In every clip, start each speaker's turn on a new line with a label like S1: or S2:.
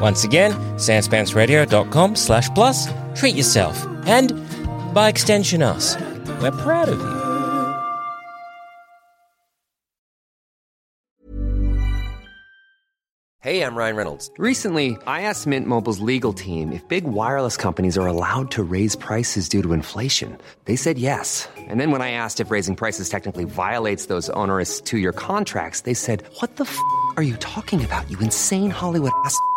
S1: Once again, sanspantsradio.com slash plus, treat yourself, and by extension us. We're proud of you.
S2: Hey, I'm Ryan Reynolds. Recently, I asked Mint Mobile's legal team if big wireless companies are allowed to raise prices due to inflation. They said yes. And then when I asked if raising prices technically violates those onerous two year contracts, they said, What the f are you talking about, you insane Hollywood ass? f- a-"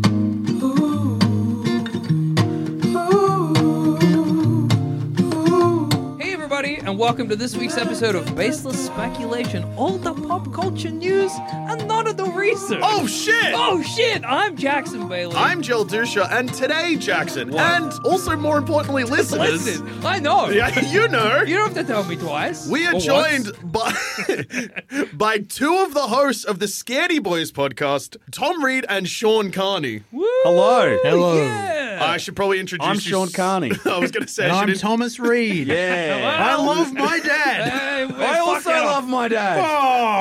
S3: Hey, everybody, and welcome to this week's episode of Baseless Speculation. All the pop culture news and none of the research.
S4: Oh shit!
S3: Oh, shit! I'm Jackson Bailey.
S4: I'm Joel Dusha, and today, Jackson, and also more importantly, listeners.
S3: Listen, I know.
S4: Yeah, you know.
S3: You don't have to tell me twice.
S4: We are
S3: Or
S4: joined
S3: once.
S4: by by two of the hosts of the Scaredy Boys podcast, Tom Reed and Sean Carney.
S3: Woo,
S5: Hello. Hello.
S3: Yeah.
S4: I should probably introduce
S5: I'm
S4: you.
S5: Sean Carney.
S4: I was going to say,
S5: And
S4: I
S5: I'm
S4: should in-
S5: Thomas Reed. yeah. I love my
S3: Hey,
S5: dad.
S3: we're
S5: I also
S3: fucking-
S5: love my dad.
S4: Oh.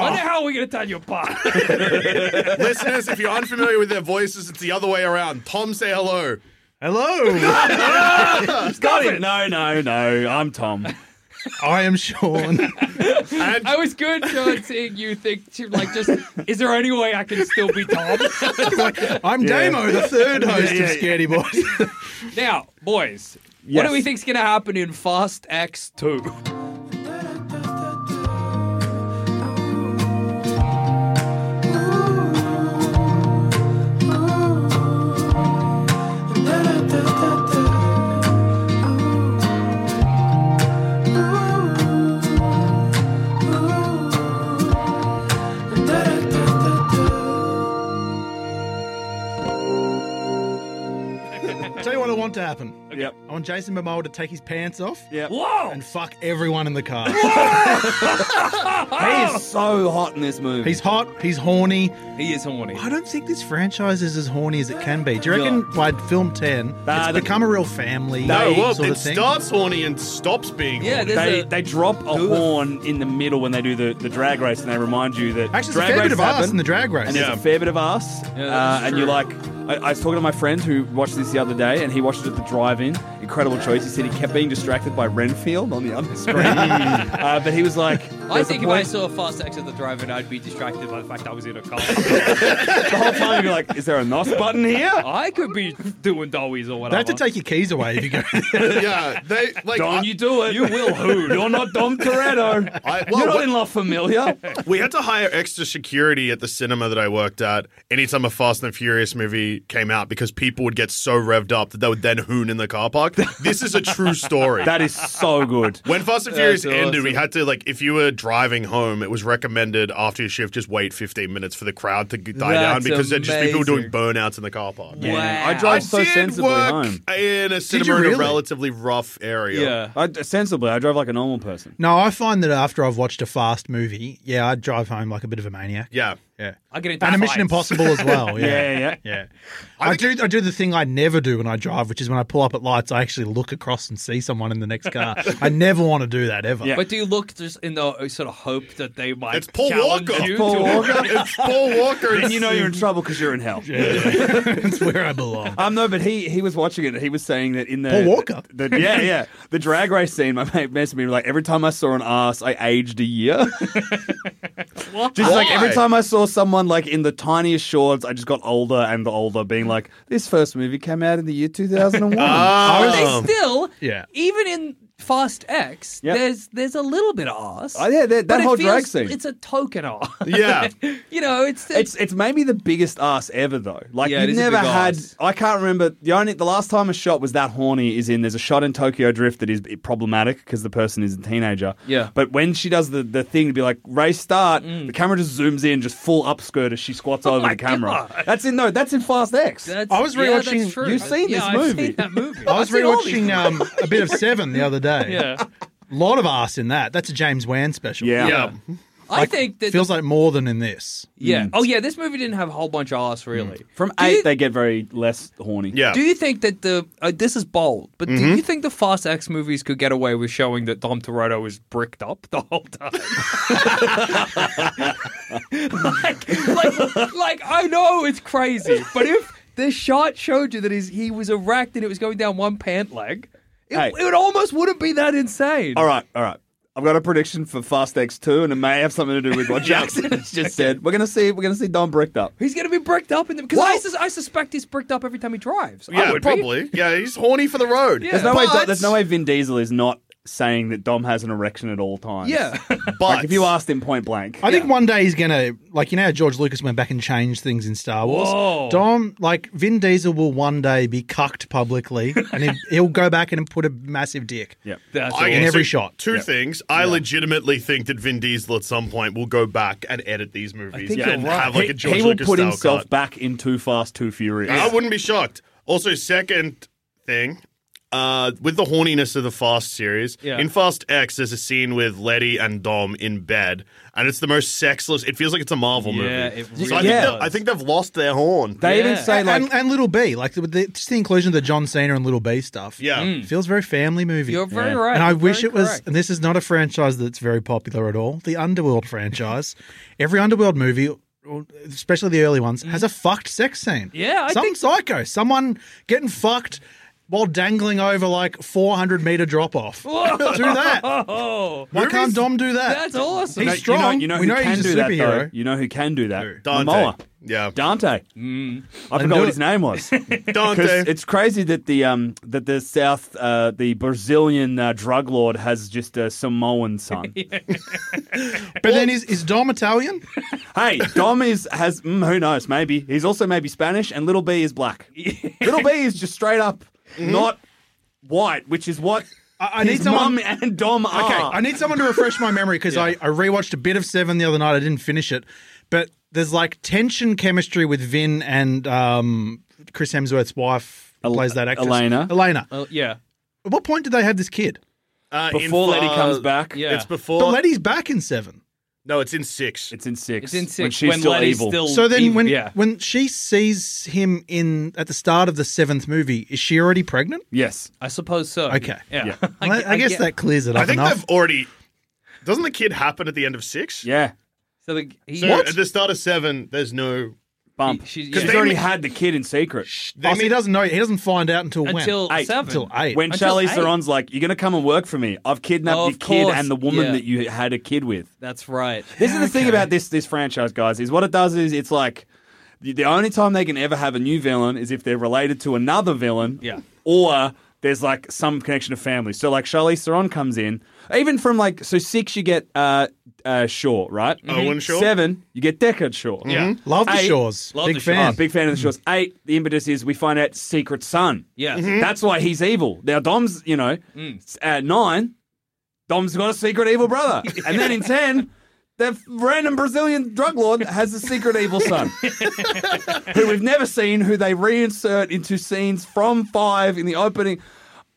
S3: I know how we're going to tell you apart.
S4: listeners, if you're unfamiliar with their voices, it's the other way around. Tom, say hello.
S5: Hello.
S3: Stop it.
S5: no, no, no. I'm Tom.
S6: I am Sean.
S4: And
S3: I was good, Sean, seeing you think, to, like, just, is there any way I can still be Tom?
S6: I'm Damo, the third host
S5: Yeah, yeah,
S6: of Scaredy Boys.
S3: now, boys, what
S5: Yes.
S3: do we think's going to happen in Fast X 2?
S6: Tell you what I want to happen.
S5: Yep.
S6: I want Jason Momoa to take his pants off
S5: Yep.
S3: Whoa!
S6: and fuck everyone in the car.
S5: He is so hot in this movie.
S6: he's hot. He's horny.
S3: He is horny.
S6: I don't think this franchise is as horny as it can be. Do you reckon by film ten,
S5: Nah,
S6: it's
S5: the-
S6: become a real family
S4: no, well,
S6: sort
S4: it
S6: of thing?
S4: starts horny and stops being.
S3: Yeah,
S4: horny.
S3: there's
S5: they,
S3: a-
S5: they drop a horn in the middle when they do the, the drag race and they remind you that
S6: Actually, there's
S5: drag
S6: a fair bit
S5: races
S6: of ass
S5: happen.
S6: in the drag race.
S5: and there's
S4: Yeah.
S5: a fair bit of ass.
S3: that's
S5: uh, and
S3: true.
S5: you're like, I, I was talking to my friend who watched this the other day, and he watched it at the drive-in. Incredible choice. He said he kept being distracted by Renfield on the other screen, uh, but he was like,
S3: I
S5: there's a
S3: think if I
S5: point-
S3: saw Fast X at the drive-in, I'd be distracted by the fact I was in a car.
S5: the whole time you're like, is there a NOS button here? Oh,
S3: I could be doing dollies or
S6: They
S3: whatever.
S6: have to take your keys away if you go.
S4: yeah, they like. I-
S5: Don, you do it. You will who? You're not Dom Toretto.
S4: I- well,
S5: you're not
S4: what-
S5: in La Familia.
S4: We had to hire extra security at the cinema that I worked at anytime a Fast and Furious movie came out because people would get so revved up that they would then hoon in the car park. This is a true story.
S5: That is so good.
S4: when Fast and Furious ended, we had to like if you were driving home, it was recommended after your shift just wait 15 minutes for the crowd to g- die down
S3: That's
S4: because there'd just be people doing
S3: amazing.
S4: burnouts in the car park.
S3: Wow.
S5: I
S4: I
S5: drove so
S4: did
S5: sensibly
S4: work
S5: home.
S4: in a
S6: you
S4: cinema in a
S6: really?
S4: relatively rough area.
S3: Yeah.
S5: I, sensibly, I drove like a normal person.
S6: no, I find that after I've watched a fast movie, yeah, I drive home like a bit of a maniac.
S4: Yeah.
S6: Yeah.
S7: I get into
S6: And a Mission
S7: fights.
S6: Impossible as well. Yeah.
S5: Yeah, yeah.
S6: Yeah. I, do I do the thing I never do when I drive, which is when I pull up at lights, I actually look across and see someone in the next car. I never want to do that ever.
S5: Yeah.
S7: But do you look just in the uh, sort of hope that they might
S4: It's Paul
S7: challenge
S4: Walker.
S7: you?
S5: Paul
S7: to-
S5: Walker.
S4: it's Paul Walker.
S5: Then you know you're in trouble because you're in hell.
S6: That's where I belong.
S5: Um, no, but he he was watching it. He was saying that in the
S6: Paul Walker?
S5: the, the- yeah, yeah, the drag race scene. My mate messaged me like every time I saw an ass, I aged a year.
S7: What?
S5: just like every
S4: Why?
S5: time I saw someone like in the tiniest shorts, I just got older and older. Being like, this first movie came out in the year two thousand and one.
S7: Are
S4: Um,
S7: they still?
S6: Yeah.
S7: Even in Fast X,
S5: Yep.
S7: there's there's a little bit of ass.
S5: Oh, yeah, that- that
S7: but it
S5: whole drag
S7: feels-
S5: scene.
S7: It's a token ass.
S4: Yeah.
S7: you know, it's
S5: It's it's maybe the biggest ass ever though. Like
S7: Yeah, it
S5: you've
S7: is a
S5: never
S7: big
S5: had.
S7: ass.
S5: I can't remember the only the last time a shot was that horny is in. There's a shot in Tokyo Drift that is problematic because the person is a teenager.
S7: Yeah. Mm.
S5: But when she does the, the thing to be like race start, the camera just zooms in, just full upskirt as she squats over
S7: Oh my
S5: the camera.
S7: God.
S5: That's in no. That's in Fast X.
S7: That's-
S6: I was
S7: yeah, that's
S6: rewatching-
S7: true.
S5: You've seen
S7: yeah,
S5: this
S7: I've
S5: movie.
S7: Seen that movie.
S6: I was
S7: I've seen all these
S6: rewatching um, a bit of Seven the other day.
S7: Yeah.
S6: A lot of ass in that. That's a James Wan special.
S5: yeah.
S4: Yeah.
S7: I think that
S6: Feels like more than in this.
S7: yeah. Oh yeah, this movie didn't have a whole bunch of ass really.
S5: Hmm. From
S7: Do
S5: eight,
S7: you-
S5: they get very less horny.
S4: Yeah. Mm-hmm.
S7: Do you think that the uh, this is bold, but do you think the Fast X movies could get away with showing that Dom Toretto is bricked up the whole time? like, like, like I know it's crazy, but if this shot showed you that he's, he was erect and it was going down one pant leg, it,
S5: Hey.
S7: it almost wouldn't be that insane.
S5: All right. All right. I've got a prediction for Fast X two, and it may have something to do with what Jackson has just said. We're gonna see. We're gonna see Don bricked up.
S7: He's going to be bricked up in the because I,
S5: Well-
S7: sus- I suspect he's bricked up every time he drives. I
S4: Yeah,
S7: would be.
S4: probably. Yeah, he's horny for the road.
S7: Yeah.
S5: There's no way.
S4: But-
S5: There's no way Vin Diesel is not saying that Dom has an erection at all times.
S7: Yeah.
S4: But
S5: Like if you asked him point blank,
S6: I think one day he's gonna like you know how George Lucas went back and changed things in Star Wars.
S7: Whoa.
S6: Dom, like Vin Diesel, will one day be cucked publicly, and he, he'll go back in and put a massive dick.
S5: yeah.
S7: That's
S4: I-
S7: all.
S6: In
S4: so
S6: every shot.
S4: Two things. I legitimately think that Vin Diesel at some point will go back and edit these movies
S7: think
S4: and
S7: you're right.
S4: have like
S5: he,
S4: a George
S5: he will
S4: Lucas
S5: put
S4: style
S5: himself
S4: cut.
S5: back in Too Fast, Too Furious.
S4: I wouldn't be shocked. Also, second thing, uh, with the horniness of the Fast series,
S7: Yeah.
S4: in Fast X, there's a scene with Letty and Dom in bed, and it's the most sexless. It feels like it's a Marvel
S7: Yeah,
S4: movie.
S7: it
S4: so I
S5: really
S4: think,
S5: does.
S4: they've- I think they've lost their horn.
S5: They even
S7: Yeah.
S5: say like
S6: and, and Little B, like the, the, just the inclusion of the John Cena and Little B stuff.
S4: yeah.
S5: Hmm.
S6: feels very family movie.
S7: You're very right.
S6: And I
S7: You're
S6: wish
S7: very
S6: it was.
S7: correct.
S6: And this is not a franchise that's very popular at all. The Underworld franchise. Every Underworld movie, or- especially the early ones, has a fucked sex scene.
S7: Yeah, I
S6: some
S7: think-
S6: psycho, someone getting fucked while dangling over like 400 meter drop off. do that.
S7: Oh,
S6: Why can't Dom do that?
S7: that's awesome.
S6: He's
S5: no,
S6: strong.
S5: You know, you
S6: we
S5: know
S6: know
S5: who can
S6: he's a
S5: do that though.
S6: superhero.
S5: You know who can do that?
S4: Dante.
S5: Momoa.
S4: Yeah.
S5: Dante. I
S6: Mm. do
S5: forgot what
S6: it.
S5: his name was.
S4: Dante.
S5: Because it's crazy that the um that the South uh, the Brazilian uh, drug lord has just a Samoan son.
S6: but then is, is Dom Italian?
S5: Hey, Dom is has mm, who knows? Maybe he's also maybe Spanish, and Little B is black. Little B is just straight up
S7: Mm-hmm.
S5: not white, which is what
S6: I- I
S5: his
S6: need someone-
S5: mum and Dom are.
S6: Okay, I need someone to refresh my memory because I, I rewatched a bit of Seven the other night. I didn't finish it, but there's like tension chemistry with Vin and um, Chris Hemsworth's wife who
S5: El-
S6: plays that actress
S5: Elena.
S6: Elena.
S7: Oh, yeah.
S6: At what point did they have this kid?
S4: Uh, in
S5: Before Lady
S4: Fa-
S5: comes back,
S7: Yeah.
S4: It's before.
S6: But Letty's back in Seven.
S4: no, it's in six.
S5: it's in six.
S7: It's in six
S5: when she's still
S7: Letty's
S5: evil.
S7: still
S6: So then,
S7: evil.
S6: when
S7: yeah.
S6: when she sees him in at the start of the seventh movie, is she already pregnant?
S5: yes,
S7: I suppose so.
S6: Okay.
S7: Yeah.
S5: Yeah.
S6: Well, I, I guess
S7: get-
S6: that clears it up
S4: I think
S6: enough.
S4: they've already. Doesn't the kid happen at the end of six?
S5: yeah,
S7: So the, he,
S4: So at the start of seven, there's no.
S5: bump.
S7: She-
S5: She's,
S7: she- yeah.
S4: they
S5: already
S4: ma-
S5: had the kid in secret.
S6: Oh, so he doesn't know. He doesn't find out until,
S7: until
S6: when?
S5: Eight.
S7: seven.
S6: Until eight.
S5: When
S7: Until
S5: Charlize
S7: eight.
S5: Theron's like, "You're gonna come and work for me. I've kidnapped
S7: Oh,
S5: your
S7: of
S5: kid
S7: course.
S5: and the woman
S7: Yeah.
S5: that you had a kid with."
S7: That's right.
S5: This is the thing about this this franchise, guys. Is what it does is it's like the the only time they can ever have a new villain is if they're related to another villain,
S7: Yeah.
S5: or there's like some connection to family. So like Charlize Theron comes in, even from like so six you get uh, uh Shaw, right?
S4: Mm-hmm. Owen Shaw.
S5: Seven you get Deckard Shaw.
S4: Yeah.
S6: Love the
S5: Eight.
S6: Shores.
S7: Love
S6: big
S7: the Shores.
S6: fan.
S5: Oh, big fan of the shorts. Eight, the impetus is we find out Secret Son.
S7: Yeah.
S5: That's why he's evil. Now, Dom's, you know,
S7: Mm.
S5: at nine, Dom's got a secret evil brother. And then in 10, that random Brazilian drug lord has a secret evil son who we've never seen, who they reinsert into scenes from five in the opening.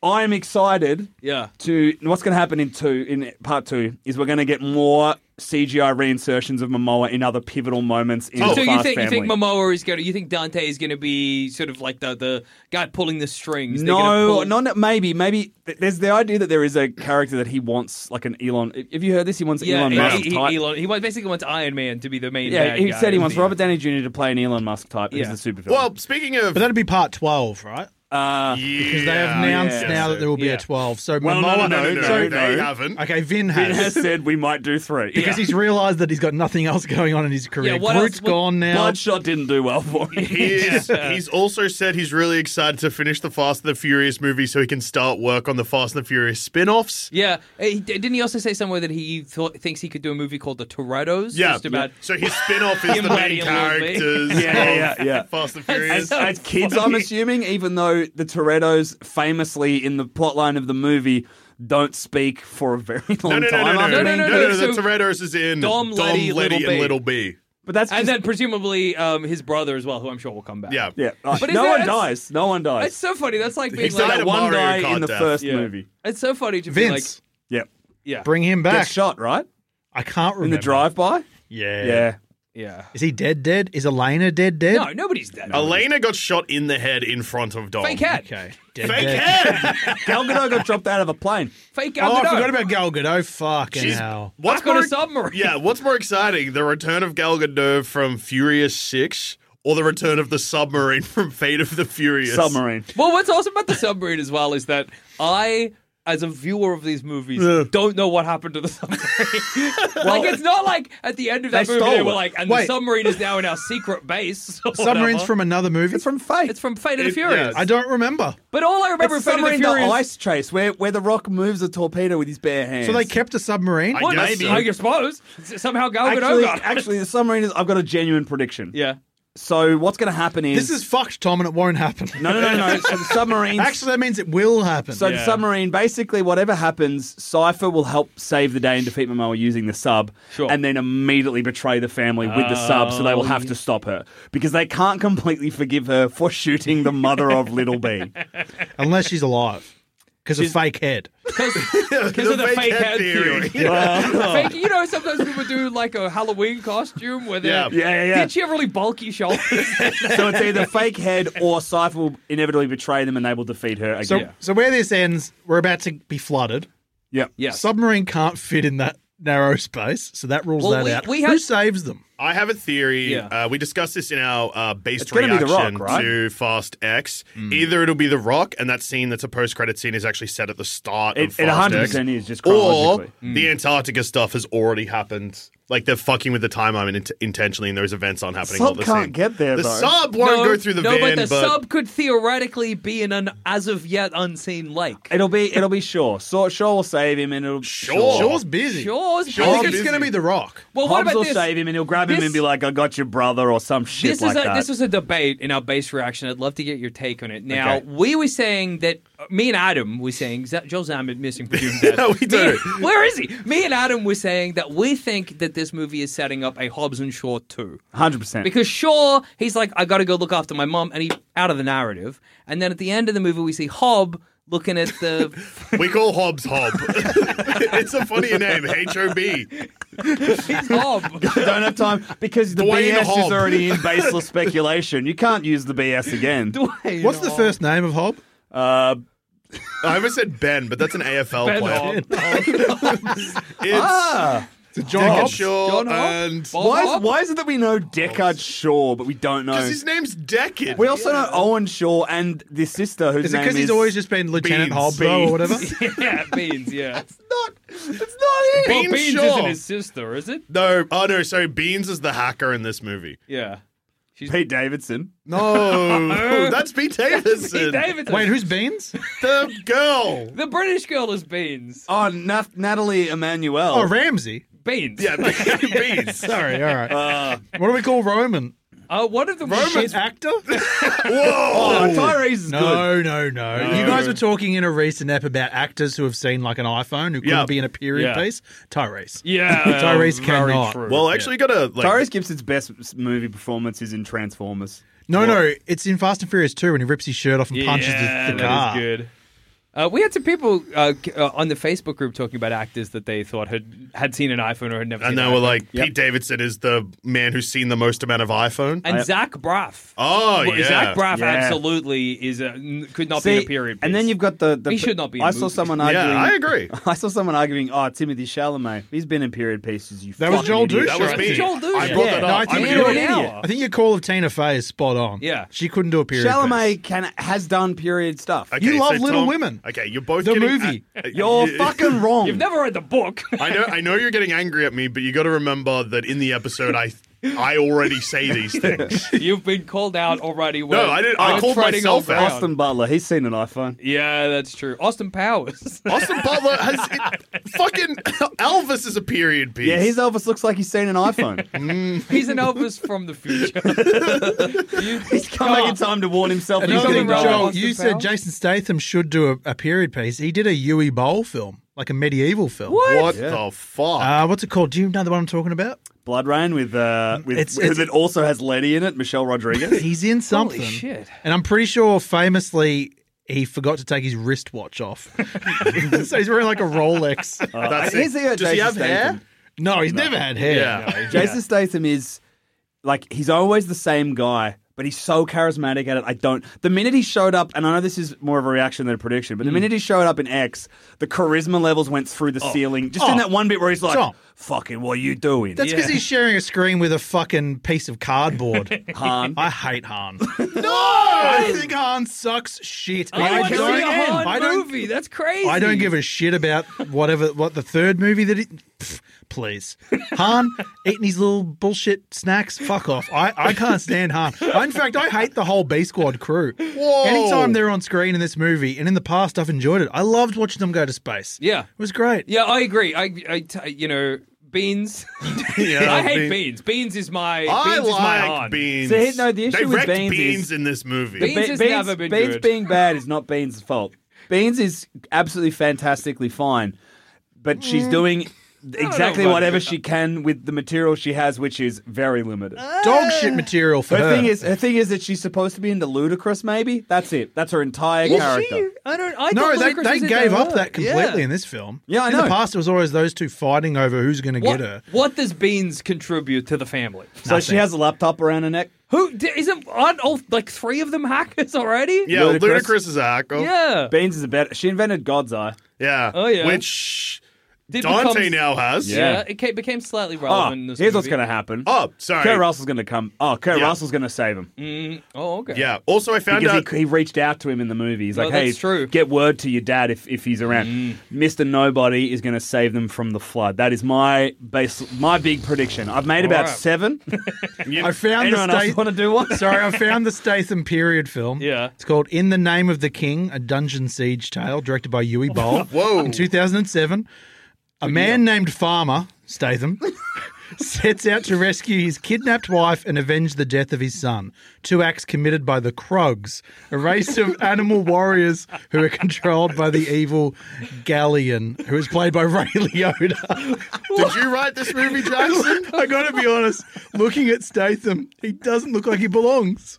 S5: I'm excited
S7: Yeah.
S5: to what's going to happen in two in part two is we're going to get more CGI reinsertions of Momoa in other pivotal moments in the
S7: Oh. so you
S5: Fast
S7: think you think
S5: Family.
S7: Momoa is going to you think Dante is going to be sort of like the the guy pulling the strings? They're gonna
S5: No,
S7: pull-
S5: no, no, maybe, maybe. th- There's the idea that there is a character that he wants, like an Elon. Have you heard this? He wants
S7: Yeah,
S5: Elon
S7: he,
S5: Musk
S7: he,
S5: type.
S7: he, Elon, he wants- basically wants Iron Man to be the main.
S5: yeah,
S7: bad
S5: he
S7: guy
S5: said he
S7: in
S5: wants
S7: the
S5: Robert
S7: end.
S5: Downey Jr. to play an Elon Musk type.
S7: Yeah.
S5: Who's the super villain.
S4: Well, speaking of,
S6: But that'd be part 12, right?
S5: uh,
S6: Because they have announced
S4: yeah.
S6: now that there will be
S7: Yeah.
S6: a 12. So
S5: Well, no,
S6: Momoa.
S4: no, no, no,
S5: So-
S4: no, they
S5: no.
S4: haven't.
S6: Okay, Vin
S5: Vin has
S6: has.
S5: said we might do three.
S6: because
S7: Yeah.
S6: he's realised that he's got nothing else going on in his career.
S7: Yeah, what
S6: Groot's
S7: else would-
S6: gone now.
S5: Bloodshot didn't do well for him.
S4: He is, He's also said he's really excited to finish the Fast and the Furious movie so he can start work on the Fast and the Furious spin offs.
S7: Yeah, Eh, he, didn't he also say somewhere that he thought, thinks he could do a movie called The Toretto's?
S4: Yeah.
S7: just about.
S4: So his spin off is
S7: Him
S4: the
S7: riding
S4: main
S7: a little bit.
S4: characters.
S5: Yeah,
S4: of
S5: yeah, yeah.
S4: Fast and
S5: As,
S4: Furious.
S5: as kids, I'm assuming, even though the Toretto's famously in the plotline of the movie don't speak for a very long
S4: No, no, no, no,
S5: time.
S4: no,
S5: after
S7: no,
S4: no, no,
S5: being-
S7: no,
S4: no,
S7: no,
S4: The
S7: so-
S4: Toretto's is in
S7: Dom, Letty,
S4: Letty,
S7: Little B.
S4: and Little B.
S5: But that's
S7: And
S5: just-
S7: then presumably um, his brother as well, who I'm sure will come back.
S4: Yeah.
S5: yeah. uh,
S7: But is
S5: no
S7: that-
S5: one
S7: that's-
S5: dies. No one dies.
S7: It's so funny. That's like being
S4: Except
S7: like,
S4: that
S5: That one
S4: Mario
S5: guy
S4: Kart
S5: in the
S4: death.
S5: first
S7: Yeah.
S5: movie.
S7: it's so funny to be like,
S6: Vince,
S5: Yep.
S7: yeah,
S6: bring him back.
S5: Gets shot right
S6: I can't remember.
S5: in the drive-by.
S6: Yeah.
S5: Yeah.
S7: yeah.
S6: Is he dead? Dead? Is Elena dead? Dead?
S7: No, nobody's dead.
S4: Elena got shot in the head in front of Dom.
S7: Fake hat.
S6: Okay. Dead.
S4: Fake
S6: dead.
S4: head.
S5: Gal Gadot got dropped out of a plane.
S7: Fake
S6: Oh,
S7: Gal
S6: I
S7: Gadot.
S6: forgot about Gal Gadot. Fucking
S4: She's-
S6: hell.
S4: What's
S7: Back on a
S4: more-
S7: submarine.
S4: Yeah, what's more exciting, the return of Gal Gadot from Furious Six or the return of the submarine from Fate of the Furious?
S5: Submarine.
S7: Well, what's awesome about the submarine as well is that I, as a viewer of these movies, don't know what happened to the submarine. like, it's not like at the end of that
S5: They
S7: movie they
S5: stole
S7: were
S5: it.
S7: like, and the
S6: Wait.
S7: submarine is now in our secret base. or
S6: Submarine's
S7: whatever.
S6: from another movie.
S5: It's from Fate.
S7: It's from Fate of the
S4: It-
S7: Furious.
S4: yeah.
S6: I don't remember.
S7: But all I remember
S5: It's
S7: from Fate of
S5: somewhere
S7: the
S5: in the
S7: Furious.
S5: ice chase where, where the rock moves a torpedo with his bare hands.
S6: So they kept a submarine.
S4: I
S7: Well,
S4: guess
S7: maybe.
S4: so.
S7: I suppose. S- Somehow Gal Gadot
S5: actually,
S7: got it.
S5: actually, the submarine is. I've got a genuine prediction.
S7: Yeah.
S5: So what's going to happen is
S6: This is fucked, Tom, and it won't happen.
S5: no, no, no, no. So the submarine.
S6: Actually, that means it will happen.
S5: so the
S7: Yeah.
S5: submarine. Basically, whatever happens, Cipher will help save the day and defeat Momoa using the sub,
S7: Sure.
S5: and then immediately betray the family with the sub. So they will have to stop her because they can't completely forgive her for shooting the mother of Little B.
S6: Unless she's alive. Because of fake head.
S7: Because of the fake head theory.
S5: yeah,
S7: Fake, you know, sometimes people do like a Halloween costume where they're.
S4: Yeah.
S5: yeah, yeah.
S7: Did she have really bulky shoulders?
S5: So it's either fake head or Cipher will inevitably betray them and they will defeat her again.
S6: So, so where this ends, we're about to be flooded.
S5: yep.
S7: yes.
S6: Submarine can't fit in that narrow space, so that rules
S7: Well,
S6: that
S7: we-
S6: out.
S7: we
S6: Who
S7: had-
S6: saves them?
S4: I have a theory.
S7: Yeah.
S4: Uh, we discussed this in our uh,
S5: It's
S4: based
S5: gonna be The
S4: reaction
S5: Rock, right? Hmm.
S4: to Fast X. Either it'll be The Rock, and that scene that's a post credit scene is actually set at the start
S5: It,
S4: of
S5: it
S4: Fast X.
S5: 100% is just
S4: Or
S5: chronologically. Hmm.
S4: the Antarctica stuff has already happened. Like they're fucking with the timeline int- intentionally, and those events aren't happening.
S5: Sub
S4: all at the
S5: can't
S4: same.
S5: get there,
S4: The
S5: though.
S4: sub won't go through the
S7: no, but
S4: van,
S7: the sub could theoretically be in an as of yet unseen lake.
S5: It'll be it'll be Shaw. So Shaw will save him and it'll
S4: Sure.
S6: Shaw's busy.
S7: Sure, it's
S6: I think
S7: busy.
S6: it's going to be The Rock.
S7: Well, what
S5: Hobbs
S7: about
S5: will
S7: this?
S5: save him and he'll grab him
S7: this-
S5: and be like, "I got your brother" or some shit
S7: This is
S5: like
S7: a,
S5: that.
S7: this was a debate in our base reaction. I'd love to get your take on it. Now
S5: Okay.
S7: we were saying that uh, me and Adam were saying Z- Joel Zammit missing presumed dead.
S4: No, we
S7: Me-
S4: do.
S7: where is he? Me and Adam were saying that we think that this movie is setting up a Hobbs and Shaw two.
S5: Hundred percent.
S7: Because Shaw, he's like, I got to go look after my mom, and he out of the narrative. And then at the end of the movie, we see Hob looking at the
S4: We call Hobbs Hob. it's a funnier name, H O B.
S7: he's Hob.
S5: don't have time because the
S4: Dwayne
S5: BS is
S4: Hobb.
S5: already in baseless speculation. You can't use the BS again.
S6: What's the first name of Hob?
S5: Uh,
S4: I almost said Ben, but that's an AFL
S7: Ben
S4: player.
S7: Hob.
S4: It's
S5: ah,
S6: John
S4: Deckard
S6: Hob.
S4: Shaw
S7: John Hob?
S4: and
S7: Bob
S5: why is
S7: Hob?
S5: why is it that we know Deckard Shaw but we don't know?
S4: because his name's Deckard.
S5: We also know Owen Shaw and this sister whose
S6: Is it
S5: name
S6: because he's always just been Lieutenant
S4: Beans,
S6: Hob, though, or
S4: Beans.
S6: whatever?
S7: yeah, Beans, yeah.
S5: not. It's not him.
S7: Well,
S4: Beans
S7: Beans
S4: Shaw.
S7: isn't his sister, is it?
S4: no, oh no, sorry. Beans is the hacker in this movie.
S7: Yeah.
S5: Pete Davidson.
S4: No, Oh, that's Pete
S7: Pete
S4: Davidson.
S7: Davidson.
S6: Wait, who's Beans?
S4: the girl.
S7: the British girl is
S4: Uh,
S7: Beans.
S5: Oh, Nat- Natalie Emmanuel.
S6: Oh, Ramsey.
S7: Beans.
S4: Yeah, Beans.
S6: Sorry, all right. what do we call Roman?
S7: Uh, one of them was
S6: Roman
S7: Shit-
S6: actor?
S5: Oh, Tyrese is good.
S6: No, no, no, You guys were talking in a recent app about actors who have seen like an iPhone who couldn't
S4: Yeah.
S6: be in a period
S7: Yeah.
S6: piece. Tyrese.
S7: Yeah.
S6: Tyrese
S7: very
S6: cannot.
S7: true.
S4: Well, actually, got a like.
S5: Tyrese Gibson's best s- movie performance is in Transformers.
S6: No, no, it's in Fast and Furious 2 when he rips his shirt off and punches
S7: yeah,
S6: the,
S7: that
S6: the
S7: is
S6: car.
S7: good. Uh, we had some people uh, c- uh, on the Facebook group talking about actors that they thought had had seen an iPhone or had never. seen
S4: And they
S7: an
S4: were
S7: iPhone.
S4: like, Pete Davidson is the man who's seen the most amount of iPhone.
S7: and Zach Braff.
S4: oh,
S7: Well,
S4: yeah.
S7: Zach Braff
S5: Yeah.
S7: absolutely is a, n- could not be in a period.
S5: and then
S7: piece.
S5: you've got the. the
S7: He should not be in
S5: I saw
S7: movies.
S5: someone
S4: Yeah,
S5: arguing.
S4: I agree.
S5: I saw someone arguing. Oh, Timothy Chalamet. He's been in period pieces. You.
S6: That
S5: fucking
S6: was Joel
S5: idiot."
S6: Duscher.
S4: That was
S6: I
S4: me.
S6: think.
S7: Joel Duscher.
S4: I brought
S5: Yeah.
S4: that
S6: No, I
S4: up.
S6: think,
S7: I'm
S6: you're an
S7: an
S6: idiot.
S7: hour.
S6: I think your call of Tina Fey is spot on.
S7: Yeah.
S6: She couldn't do a period. piece.
S5: Chalamet can has done period stuff.
S4: Okay,
S6: You love
S4: so
S6: Little
S4: Tom-
S6: Women.
S4: Okay, you're both
S6: The
S4: getting-
S6: movie.
S4: uh,
S5: You're
S4: you-
S5: fucking wrong.
S7: You've never read the book.
S4: I know. I know you're getting angry at me, but you got to remember that in the episode, I I already say these things.
S7: You've been called out already. when
S4: I didn't- I
S7: was
S4: called
S7: treading
S4: myself
S7: on
S4: out.
S7: ground.
S5: Austin Butler. He's seen an iPhone.
S7: Yeah, that's true. Austin Powers.
S4: Austin Butler has it, fucking Elvis is a period piece.
S5: Yeah, his Elvis looks like he's seen an iPhone.
S7: He's an Elvis from the future. You-
S5: he's come back in time to warn himself. that he's
S6: Another
S7: Something
S6: thing,
S5: been
S7: wrong
S5: wrong.
S6: Joel,
S7: with
S6: you
S7: Austin
S6: said
S7: Powers?
S6: Jason Statham should do a, a period piece. He did a Yui Bowl film, like a medieval film.
S4: What, the fuck?
S6: Uh, what's it called? Do you know the one I'm talking about?
S5: Blood Rain with uh, with,
S6: It's-
S5: with
S6: it's-
S5: it also has Letty in it. Michelle Rodriguez.
S6: He's in something.
S7: shit.
S6: And I'm pretty sure famously he forgot to take his wristwatch off. so he's wearing like a Rolex.
S4: That's
S5: Uh, Here's
S4: it.
S5: the thing about
S4: Does he
S5: Jason
S4: have hair?
S5: Statham.
S6: No, he's never had hair.
S4: Yeah.
S5: Jason Statham is like he's always the same guy, but he's so charismatic at it. I don't. The minute he showed up, and I know this is more of a reaction than a prediction, but the minute he showed up in X, the charisma levels went through the ceiling. Just in
S6: Oh.
S5: that one bit where he's like,
S6: Tom.
S5: "Fucking, what are you doing?"
S6: That's because he's sharing a screen with a fucking piece of cardboard.
S5: Han.
S6: I hate Han. no! I think Han sucks shit.
S7: I want to
S6: don't-
S7: see a Han
S6: I don't-
S7: movie. That's crazy.
S6: I don't give a shit about whatever what the third movie that it. Pff, please, Han eating his little bullshit snacks. Fuck off. I, I can't stand Han. In fact, I hate the whole B Squad crew.
S4: Whoa.
S6: Anytime they're on screen in this movie, and in the past, I've enjoyed it. I loved watching them go to space.
S7: Yeah.
S6: it was great.
S7: Yeah, I agree. I, I t- you know, beans. I hate
S4: Bean-
S7: beans. Beans is my.
S4: I
S7: beans is my
S4: like
S7: aunt.
S4: beans.
S5: So, no, the issue
S4: they
S5: with
S4: wrecked
S5: Beans is-
S4: in this movie.
S7: Beans- has never been
S5: Beans
S7: good.
S5: being bad is not Beans' fault. Beans is absolutely fantastically fine, but she's doing exactly
S7: about
S5: whatever
S7: good.
S5: she can with the material she has, which is very limited.
S6: Dog shit material for
S5: Her
S6: her.
S5: thing is, her thing is that she's supposed to be into ludicrous. Maybe that's it. That's her entire character.
S7: I don't. I
S6: no,
S7: thought
S6: they,
S7: Ludacris
S6: they
S7: was in
S6: gave up
S7: role.
S6: that completely
S7: Yeah.
S6: in this film.
S5: Yeah, I
S6: in
S5: know.
S6: the past, it was always those two fighting over who's going to
S7: What,
S6: get her.
S7: what does beans contribute to the family?
S5: So she has a laptop around her neck.
S7: Who d- isn't aren't all like three of them hackers already?
S4: yeah,
S5: Ludacris.
S4: Ludacris, is a hacker.
S7: Yeah.
S5: Beans is a better. She invented God's Eye.
S4: yeah.
S7: Oh, yeah.
S4: Which
S7: Did
S4: Dante
S7: becomes-
S4: now has.
S7: Yeah.
S5: Yeah.
S7: it ca- became slightly
S6: Ah,
S5: Oh,
S7: relevant. in
S5: here's
S7: this
S5: what's
S7: movie.
S5: going to happen.
S4: Oh, sorry.
S5: Kurt Russell's going to come. Oh, Kurt
S4: Yeah.
S5: Russell's going to save him.
S7: Oh, okay.
S4: Yeah. Also, I found
S5: because
S4: out.
S5: he, he reached out to him in the movie. He's
S7: No,
S5: like, "Hey,
S7: that's true.
S5: get word to your dad if, if he's around." Mister Nobody is going to save them from the flood. That is my base, my big prediction. I've made about
S7: right.
S5: seven.
S6: I found
S5: Anyone
S6: the
S5: else
S6: state.
S5: want to do one?
S6: Sorry, I found the Statham period film.
S7: Yeah.
S6: It's called In the Name of the King, a dungeon siege tale, directed by Yui Boll.
S4: Whoa.
S6: In 2007, a man named Farmer, Statham, sets out to rescue his kidnapped wife and avenge the death of his son. Two acts committed by the Krogs, a race of animal warriors who are controlled by the evil Galleon, who is played by Ray Liotta.
S4: Did you write this movie, Jackson?
S6: I gotta be honest, looking at Statham, he doesn't look like he belongs.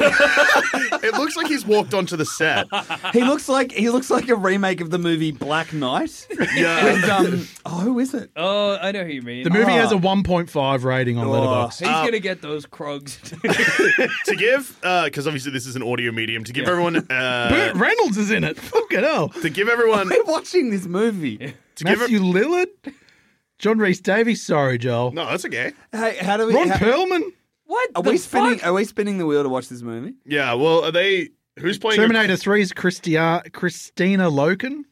S4: it looks like he's walked onto the set.
S5: he looks like he looks like a remake of the movie Black Knight.
S4: Yeah.
S5: With, um, oh, who is it?
S7: Oh, I know who you mean.
S6: The movie has a 1.5 rating on Letterboxd.
S5: Oh,
S7: He's gonna get those Krogs.
S4: to give, because obviously this is an audio medium, to give everyone,
S6: Burt
S4: uh,
S6: Reynolds is in it. Fucking hell.
S4: to give everyone,
S5: We're watching this movie.
S4: to give,
S6: Matthew Lillard? John Reese Davies. Sorry, Joel.
S4: no, that's okay.
S5: Hey, how do we?
S6: Ron
S5: how-
S6: Perlman?
S7: what?
S5: are
S7: the
S5: we spinning?
S7: fuck?
S5: Are we spinning the wheel to watch this movie?
S4: Yeah. Well, are they? Who's playing?
S6: Terminator 3's Christia, Christina Loken?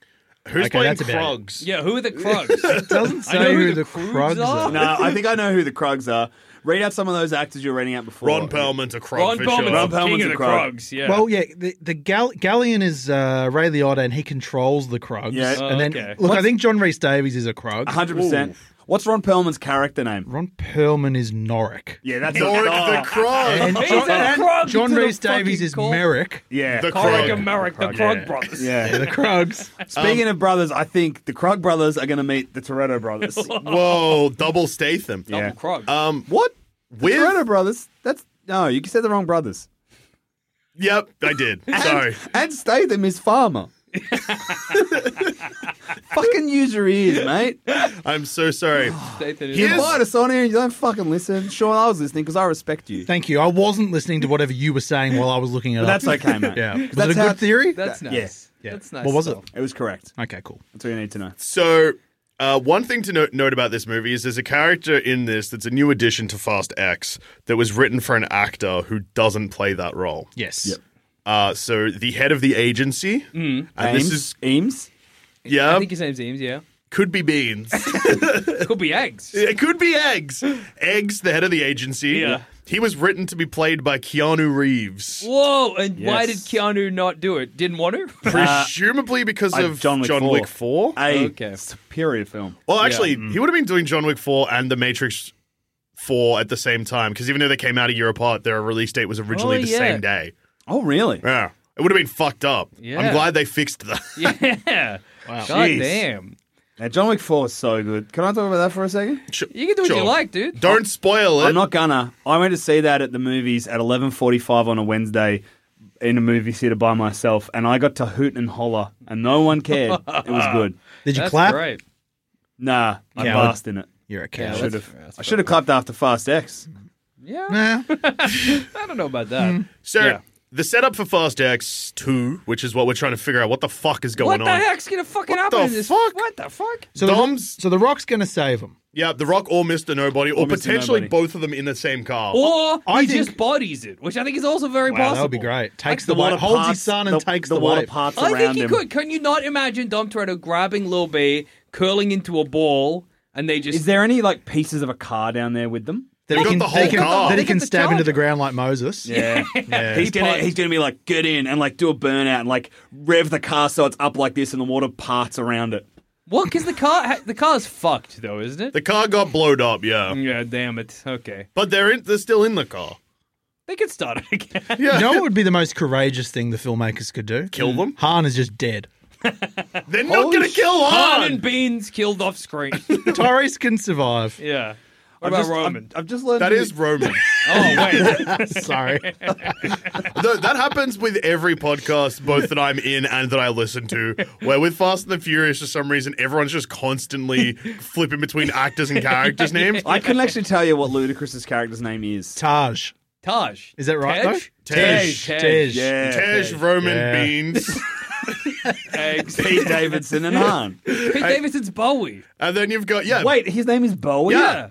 S4: Who's
S6: Okay,
S4: playing
S6: that's about it.
S4: Krogs?
S7: Yeah, who are the Krogs?
S6: Doesn't
S7: I know
S6: say
S7: who
S6: who,
S7: the
S6: the
S7: Krugs
S6: Krugs
S7: are.
S6: are.
S5: No, I think I know who the Krugs are. Read out some of those actors you're reading out before.
S4: Ron Perlman's a Krog
S7: Ron
S4: for
S7: Perlman's
S4: sure.
S5: Ron
S7: the king
S5: Perlman's
S7: of
S5: a
S7: the
S5: Krog.
S7: Krogs. Yeah.
S6: Well, yeah, the, the Gal- Galleon is uh, Ray Liotta and he controls the Krugs.
S5: Yeah. Oh,
S6: and then,
S7: okay.
S6: look, I think John Reese Davies is a Krug.
S5: hundred percent. What's Ron Perlman's character name?
S6: Ron Perlman is Norick.
S5: Yeah, that's
S4: Norick
S5: oh.
S4: the Krog.
S6: And
S7: He's
S6: John,
S7: a Krug
S6: John
S7: to the
S6: Reese Davies
S7: fucking
S6: is
S7: core.
S6: Merrick.
S5: Yeah.
S4: The Um,
S7: Krog
S4: Krog.
S7: America, the Krog brothers.
S6: Yeah,
S5: yeah.
S6: the Krugs.
S5: Speaking of brothers, I think the Krug brothers are going to meet the Toretto brothers. the
S4: Whoa, double Statham.
S5: Yeah.
S7: Krog.
S4: Um, what?
S5: Toretto
S4: With?
S5: brothers? That's no, you said the wrong brothers.
S4: Yep, I did.
S5: And,
S4: Sorry.
S5: And Statham is Farmer. fucking use your ears, mate.
S4: I'm so sorry.
S7: Statham is-
S5: You invite us on here and you don't fucking listen. Sean, I was listening because I respect you.
S6: Thank you. I wasn't listening to whatever you were saying while I was looking at it.
S5: But that's
S6: up.
S5: okay, mate.
S6: Yeah. Was
S5: That's
S6: it a good
S5: how-
S6: theory?
S7: That's nice.
S5: Yes.
S6: Yeah.
S7: That's nice.
S6: What was it?
S7: stuff.
S5: It was correct.
S6: Okay, cool.
S5: That's all you need to know.
S4: So, uh, one thing to note, note about this movie is there's a character in this that's a new addition to Fast X that was written for an actor who doesn't play that role.
S6: Yes.
S4: Uh, so the head of the agency, and
S5: Ames?
S4: this is
S5: Eames?
S7: Mm,
S4: yeah,
S7: I think his name's Eames, yeah.
S4: could be beans.
S7: Could be eggs.
S4: it could be eggs. Eggs, the head of the agency.
S7: Yeah.
S4: He was written to be played by Keanu Reeves.
S7: Whoa, and why did
S5: Yes.
S7: Keanu not do it? Didn't want to?
S4: Presumably because
S5: Uh,
S4: of John Wick, 4.
S5: A
S7: Okay.
S5: superior film.
S4: Well, actually,
S5: Mm.
S4: he would have been doing John Wick 4 and The Matrix 4 at the same time because even though they came out a year apart, their release date was originally
S7: Oh,
S4: the
S7: yeah.
S4: same day.
S5: Oh, really?
S4: Yeah. It would have been fucked up.
S7: Yeah.
S4: I'm glad they fixed that.
S7: yeah. Wow. God
S5: Jeez.
S7: damn.
S5: Now, John Wick 4 is so good. Can I talk about that for a second?
S7: You can do what
S4: Sure.
S7: you like, dude.
S4: Don't spoil it.
S5: I'm not gonna. I went to see that at the movies at 11:45 on a Wednesday in a movie theater by myself, and I got to hoot and holler, and no one cared. it was good.
S6: Did you
S7: That's
S6: clap?
S7: great.
S5: Nah, I
S6: Yeah,
S5: passed in it.
S6: You're a
S7: Yeah,
S6: coward.
S7: that's-
S5: I should have clapped after Fast X.
S7: Yeah,
S6: Nah.
S7: I don't know about
S6: Hmm.
S7: that.
S4: so,
S5: Yeah.
S4: the setup for Fast X 2, which is what we're trying to figure out what the fuck is
S7: What
S4: going
S7: the
S4: on.
S7: heck's gonna fucking
S4: What
S7: happen
S4: the
S7: in this?
S4: fuck?
S7: What the fuck?
S6: So the, Rock,
S4: Dom's-
S6: so the Rock's going to save him.
S4: Yeah, The Rock or Mr. Nobody, or,
S5: Mr.
S4: potentially
S5: Nobody.
S4: both of them in the same car.
S7: Or
S6: I
S7: he
S6: think-
S7: just bodies it, which I think is also very
S6: Wow,
S7: possible.
S6: that would be great. Takes
S5: The
S6: the wife,
S5: water
S6: holds
S5: parts-
S6: his son and takes the,
S5: the water
S6: wife.
S5: parts
S7: I
S5: around
S7: think he
S5: him.
S7: could. Can you not imagine Dom Toretto grabbing Lil B, curling into a ball, and they just
S5: Is there any like pieces of a car down there with them?
S6: That he
S4: They
S6: can,
S4: got the whole
S6: that he can,
S4: car.
S6: That
S4: They
S6: he can
S7: got the
S6: stab into
S7: charger.
S6: the ground like Moses.
S5: Yeah. He's gonna he's gonna be like, get in and like do a burnout and like rev the car so it's up like this and the water parts around it.
S7: what? Because the car ha- the car's fucked though, isn't it?
S4: The car got blowed up,
S5: Mm.
S4: yeah.
S7: yeah, damn it. Okay,
S4: But they're in, they're still in the car.
S7: they could start it again.
S6: You know what would be the most courageous thing the filmmakers could do?
S4: Kill them?
S6: Han is just dead.
S4: They're not going to kill
S7: Han
S4: Han.
S7: and Beans killed off screen.
S6: Torres can survive.
S7: yeah. What
S5: I've
S7: about
S5: just, I've-
S7: Roman?
S5: I've, just learned
S4: That
S5: to-
S4: is Roman.
S7: oh wait,
S6: Sorry.
S4: Th- that happens with every podcast, both that I'm in and that I listen to. Where with Fast and the Furious, for some reason, everyone's just constantly flipping between actors and characters' names.
S5: I couldn't actually tell you what Ludacris's character's name is.
S6: Taj.
S7: Taj.
S6: Is that right,
S7: Tej?
S6: though?
S4: Tej.
S7: Tej.
S6: Tej.
S5: Yeah.
S4: Tej, Roman,
S6: Yeah.
S4: Beans,
S7: Eggs.
S5: Pete Davidson and Han.
S7: Pete Davidson's Bowie.
S4: and then you've got yeah,
S5: Wait, his name is Bowie?
S7: Yeah.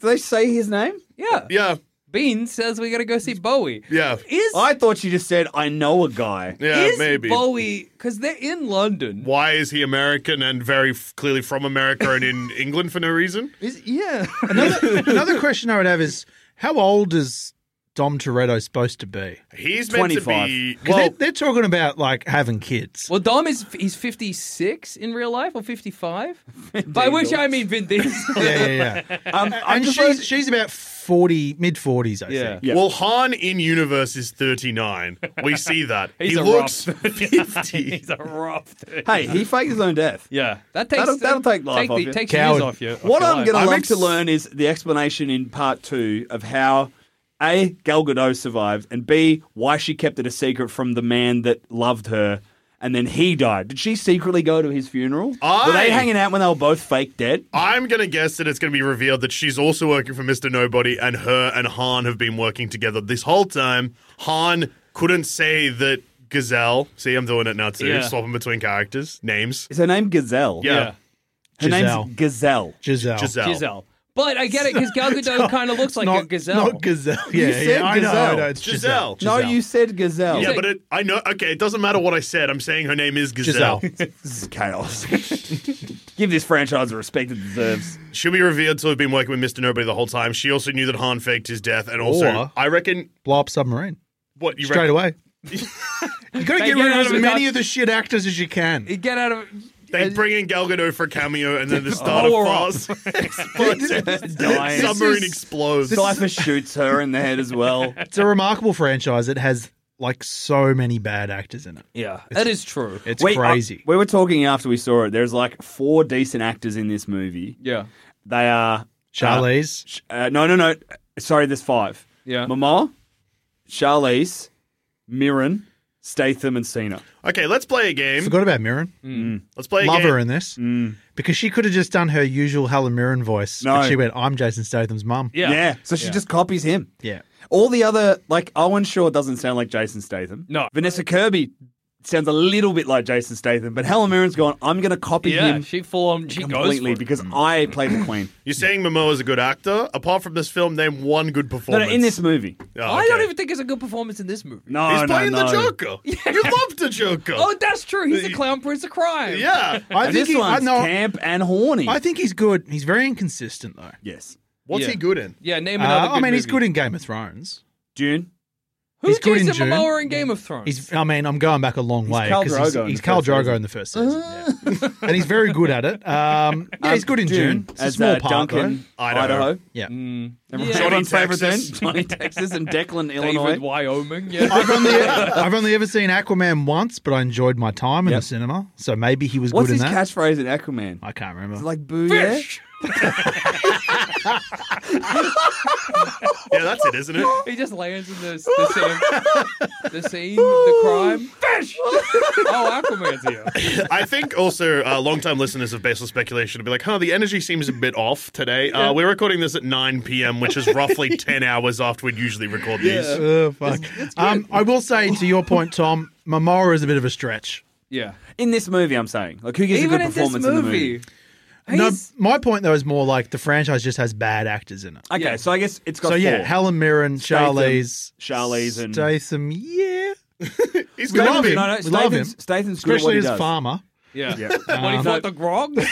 S5: Do they say his name?
S7: Yeah.
S4: yeah,
S7: Bean says we gotta go see Bowie.
S4: yeah,
S7: Is
S5: I thought you just said, I know a guy.
S4: yeah,
S7: is
S4: maybe.
S7: Bowie because they're in London.
S4: Why is he American and very f- clearly from America and in England for no reason?
S6: yeah. Another, another question I would have is how old is Dom Toretto supposed to be?
S4: He's meant to
S5: 25.
S4: be
S6: 'Cause
S4: well.
S6: they're, they're talking about like having kids.
S7: Well, Dom is he's fifty six in real life or fifty five. By which I mean Vin Diesel.
S6: yeah, yeah, yeah.
S5: Um, I'm
S6: and
S5: just
S6: she's
S5: learning-
S6: she's about forty, mid forties, I
S7: Yeah.
S6: think.
S5: Yeah.
S4: Well, Han in universe is 39. We see that.
S7: He's
S4: he
S7: a
S4: looks
S7: rough
S4: 50.
S7: he's a rough dude.
S5: Hey, he faked his own death.
S7: Yeah, that takes
S5: That'll- that'll take life off
S7: the,
S5: you.
S7: Takes
S6: Coward.
S7: years off you. off
S5: What
S7: your
S5: I'm
S7: life.
S5: going to
S4: I'm
S5: love
S4: ex-
S5: to learn is the explanation in part two of how A, Gal Gadot survived, and B, why she kept it a secret from the man that loved her, and then he died. Did she secretly go to his funeral? Were
S4: I-
S5: they hanging out when they were both fake dead?
S4: I'm going to guess that it's going to be revealed that she's also working for Mr. Nobody and her and Han have been working together this whole time. Han couldn't say that Gazelle. See, I'm doing it now too.
S7: Yeah.
S4: Swapping between characters, names.
S5: Is her name Gazelle?
S4: Yeah.
S7: Yeah.
S5: Her
S6: Giselle.
S5: name's Gazelle.
S6: Giselle.
S4: Giselle.
S7: Giselle. But I get it because Gal Gadot kind of looks like
S6: not,
S7: a gazelle.
S6: Not gazelle. Yeah,
S5: said
S6: yeah. I know, I
S5: gazelle.
S6: know. It's
S4: Giselle.
S6: Giselle.
S5: No,
S6: Giselle.
S5: you said Gazelle.
S4: Yeah, but it, I know. Okay, it doesn't matter what I said. I'm saying her name is Gazelle.
S6: Giselle.
S5: This is chaos. Give this franchise the respect it deserves.
S4: She'll be revealed to have been working with Mr. Nobody the whole time. She also knew that Han faked his death, and also
S6: Or-
S4: I reckon
S6: Blow up submarine
S4: what you
S6: straight
S4: reckon,
S6: away. you got to
S7: They
S6: get
S7: get out
S6: rid
S7: of
S6: of as
S7: it
S6: many
S7: without-
S6: of the shit actors as you can.
S7: You Get out of.
S4: They bring in Gal Gadot for a cameo, and then the start
S7: Oh,
S4: of Fast explodes.
S5: Dying.
S4: Submarine
S6: This is-
S4: explodes.
S5: Cypher shoots her in the head as well.
S6: It's a remarkable franchise. It has like so many bad actors in it.
S7: Yeah, that is true.
S6: It's
S5: Wait, I-
S6: crazy.
S5: we were talking after we saw it. There's like four decent actors in this movie.
S7: Yeah,
S5: They are.
S6: Charlize,
S5: sh- Uh, no, no, no. Sorry, there's five.
S7: Yeah.
S5: Mama, Charlize, Mirren, Statham and Cena.
S4: Okay, let's play a game.
S6: Forgot about Mirren.
S4: Let's play a
S6: Love
S4: game.
S6: her in this because she could have just done her usual Helen Mirren voice.
S5: No.
S6: but she went, "I'm Jason Statham's mum."
S7: Yeah.
S5: So she just copies him.
S6: Yeah.
S5: All the other, like Owen Shaw doesn't sound like Jason Statham.
S7: No.
S5: Vanessa Kirby sounds a little bit like Jason Statham, but Helen Mirren's gone, I'm going to copy
S7: Yeah,
S5: him
S7: she full on. She goes for
S5: completely
S7: it.
S5: because I play the Queen.
S4: You're saying Momoa's a good actor? Apart from this film, name one good
S5: no,
S4: performance.
S5: no, in this movie.
S4: Oh,
S3: I don't
S4: okay.
S3: even think it's a good performance in this movie.
S5: No,
S4: He's
S5: no,
S4: playing
S5: no.
S4: the Joker. You love the Joker.
S3: Oh, that's true. He's a clown prince of crime.
S4: yeah.
S6: I
S5: And this
S6: he- I,
S5: one's
S6: no,
S5: camp and horny.
S6: I think he's good. He's very inconsistent though.
S5: yes.
S4: What's
S7: Yeah.
S4: he good in?
S7: Yeah, name
S6: Uh,
S7: another.
S6: I mean,
S7: movie.
S6: he's good in Game of Thrones.
S5: June.
S3: Who's
S6: He's good in
S3: Jason
S6: June.
S3: Momoa in Game of Thrones?
S6: He's, I mean, I'm going back a long way
S5: Khal
S6: he's,
S5: Drogo in
S6: he's
S5: the
S6: Khal
S5: first
S6: Drogo
S5: season.
S6: in the first season, yeah. and he's very good at it. Um, yeah, he's good in June. It's a
S5: as
S6: small
S5: uh,
S6: part,
S5: Duncan, Mm.
S4: though. Idaho.
S5: Idaho.
S6: though. Yeah,
S5: Everyone-
S3: Johnny
S5: everyone's favorite then.
S4: Texas.
S5: Johnny Texas and Declan
S7: David
S5: Illinois.
S7: Wyoming. Yeah.
S6: I've only e-, I've only ever seen Aquaman once, but I enjoyed my time in
S5: Yep.
S6: the cinema. So maybe he was
S5: What's
S6: good
S5: his
S6: in that.
S5: catchphrase in Aquaman?
S6: I can't remember.
S5: Like booyah.
S4: Yeah, that's it, isn't it?
S3: He just lands in the, the scene, the scene, the crime. Fish! oh, Aquaman's here.
S4: I think also uh, long-time listeners of Baseless Speculation will be like, huh, the energy seems a bit off today. Uh, we're recording this at 9 p.m., which is roughly 10 hours after we'd usually record these.
S6: Oh, fuck. Um, I will say to your point, Tom, Momoa is a bit of a stretch.
S7: yeah.
S5: In this movie, I'm saying. Like, who gives
S3: Even
S5: a
S3: in
S5: good
S3: this
S5: performance
S3: movie.
S5: in the movie?
S6: No,
S3: He's-
S6: my point though is more like the franchise just has bad actors in it.
S5: Okay, so I guess it's got
S6: So yeah,
S5: four.
S6: Helen Mirren,
S5: Statham,
S6: Charlize,
S5: Charlize and-
S6: Statham. Yeah,
S4: He's
S6: we
S4: got
S6: love
S4: to be-
S6: him.
S5: No, no,
S6: we love him,
S5: Statham's- Statham's good at what
S6: especially
S5: he
S6: as
S5: does.
S6: farmer.
S7: Yeah.
S5: Yeah.
S7: When
S3: Uh,
S7: he fought the grog.
S4: The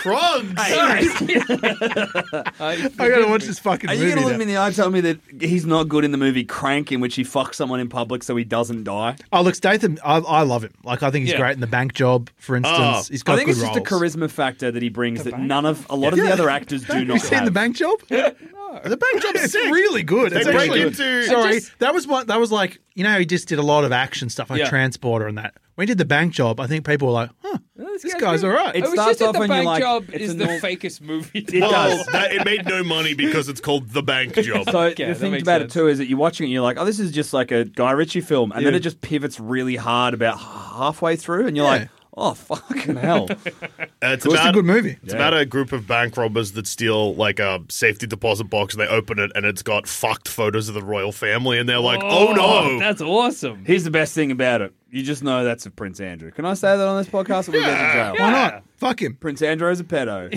S4: Krugs!
S6: I gotta watch this fucking
S5: Are
S6: movie.
S5: you going to
S6: now.
S5: look me in the eye and tell me that he's not good in the movie Crank, in which he fucks someone in public so he doesn't die?
S6: Oh look, Statham, I, I love him. Like I think he's
S7: Yeah.
S6: great in the bank job, for instance.
S4: Oh.
S6: he's got
S5: I think
S6: good
S5: it's just a
S6: roles.
S5: charisma factor that he brings that none of, a lot of the other actors do
S6: Have
S5: not
S6: you seen
S5: have.
S6: the bank job? no. The bank job's it's really good. It's
S4: They break
S6: actually-
S4: into-
S6: Sorry,
S4: I just-
S6: that was one. That was like you know how he just did a lot of action stuff like
S7: Yeah.
S6: transporter and that. When he did the bank job, I think people were like, "Huh, this,
S3: guy's
S6: guy's
S3: good."
S6: all right."
S3: I
S5: It
S3: was
S5: starts
S3: just at
S5: off
S3: the
S5: and you're
S3: bank
S5: like,
S3: job
S5: it's
S3: is
S5: a
S3: the
S5: nor-
S3: fakest movie.
S5: It
S4: Well,
S5: does.
S4: that, it made no money because it's called The Bank Job.
S5: So
S7: Okay,
S5: the
S7: that
S5: thing
S7: makes
S5: about
S7: sense.
S5: it too is that you're watching it and you're like, oh, this is just like a Guy Ritchie film, and then it just pivots really hard about halfway through, and you're like, oh fucking hell,
S4: Uh, it's
S6: it's a
S4: about,
S6: good movie.
S4: It's about a group of bank robbers that steal like a safety deposit box and they open it and it's got fucked photos of the royal family and they're like, oh, no.
S7: That's awesome.
S5: here's the best thing about it. You just know that's a Prince Andrew. Can I say that on this podcast? Or we get in jail.
S6: Why not? Fuck him.
S5: Prince Andrew is a pedo,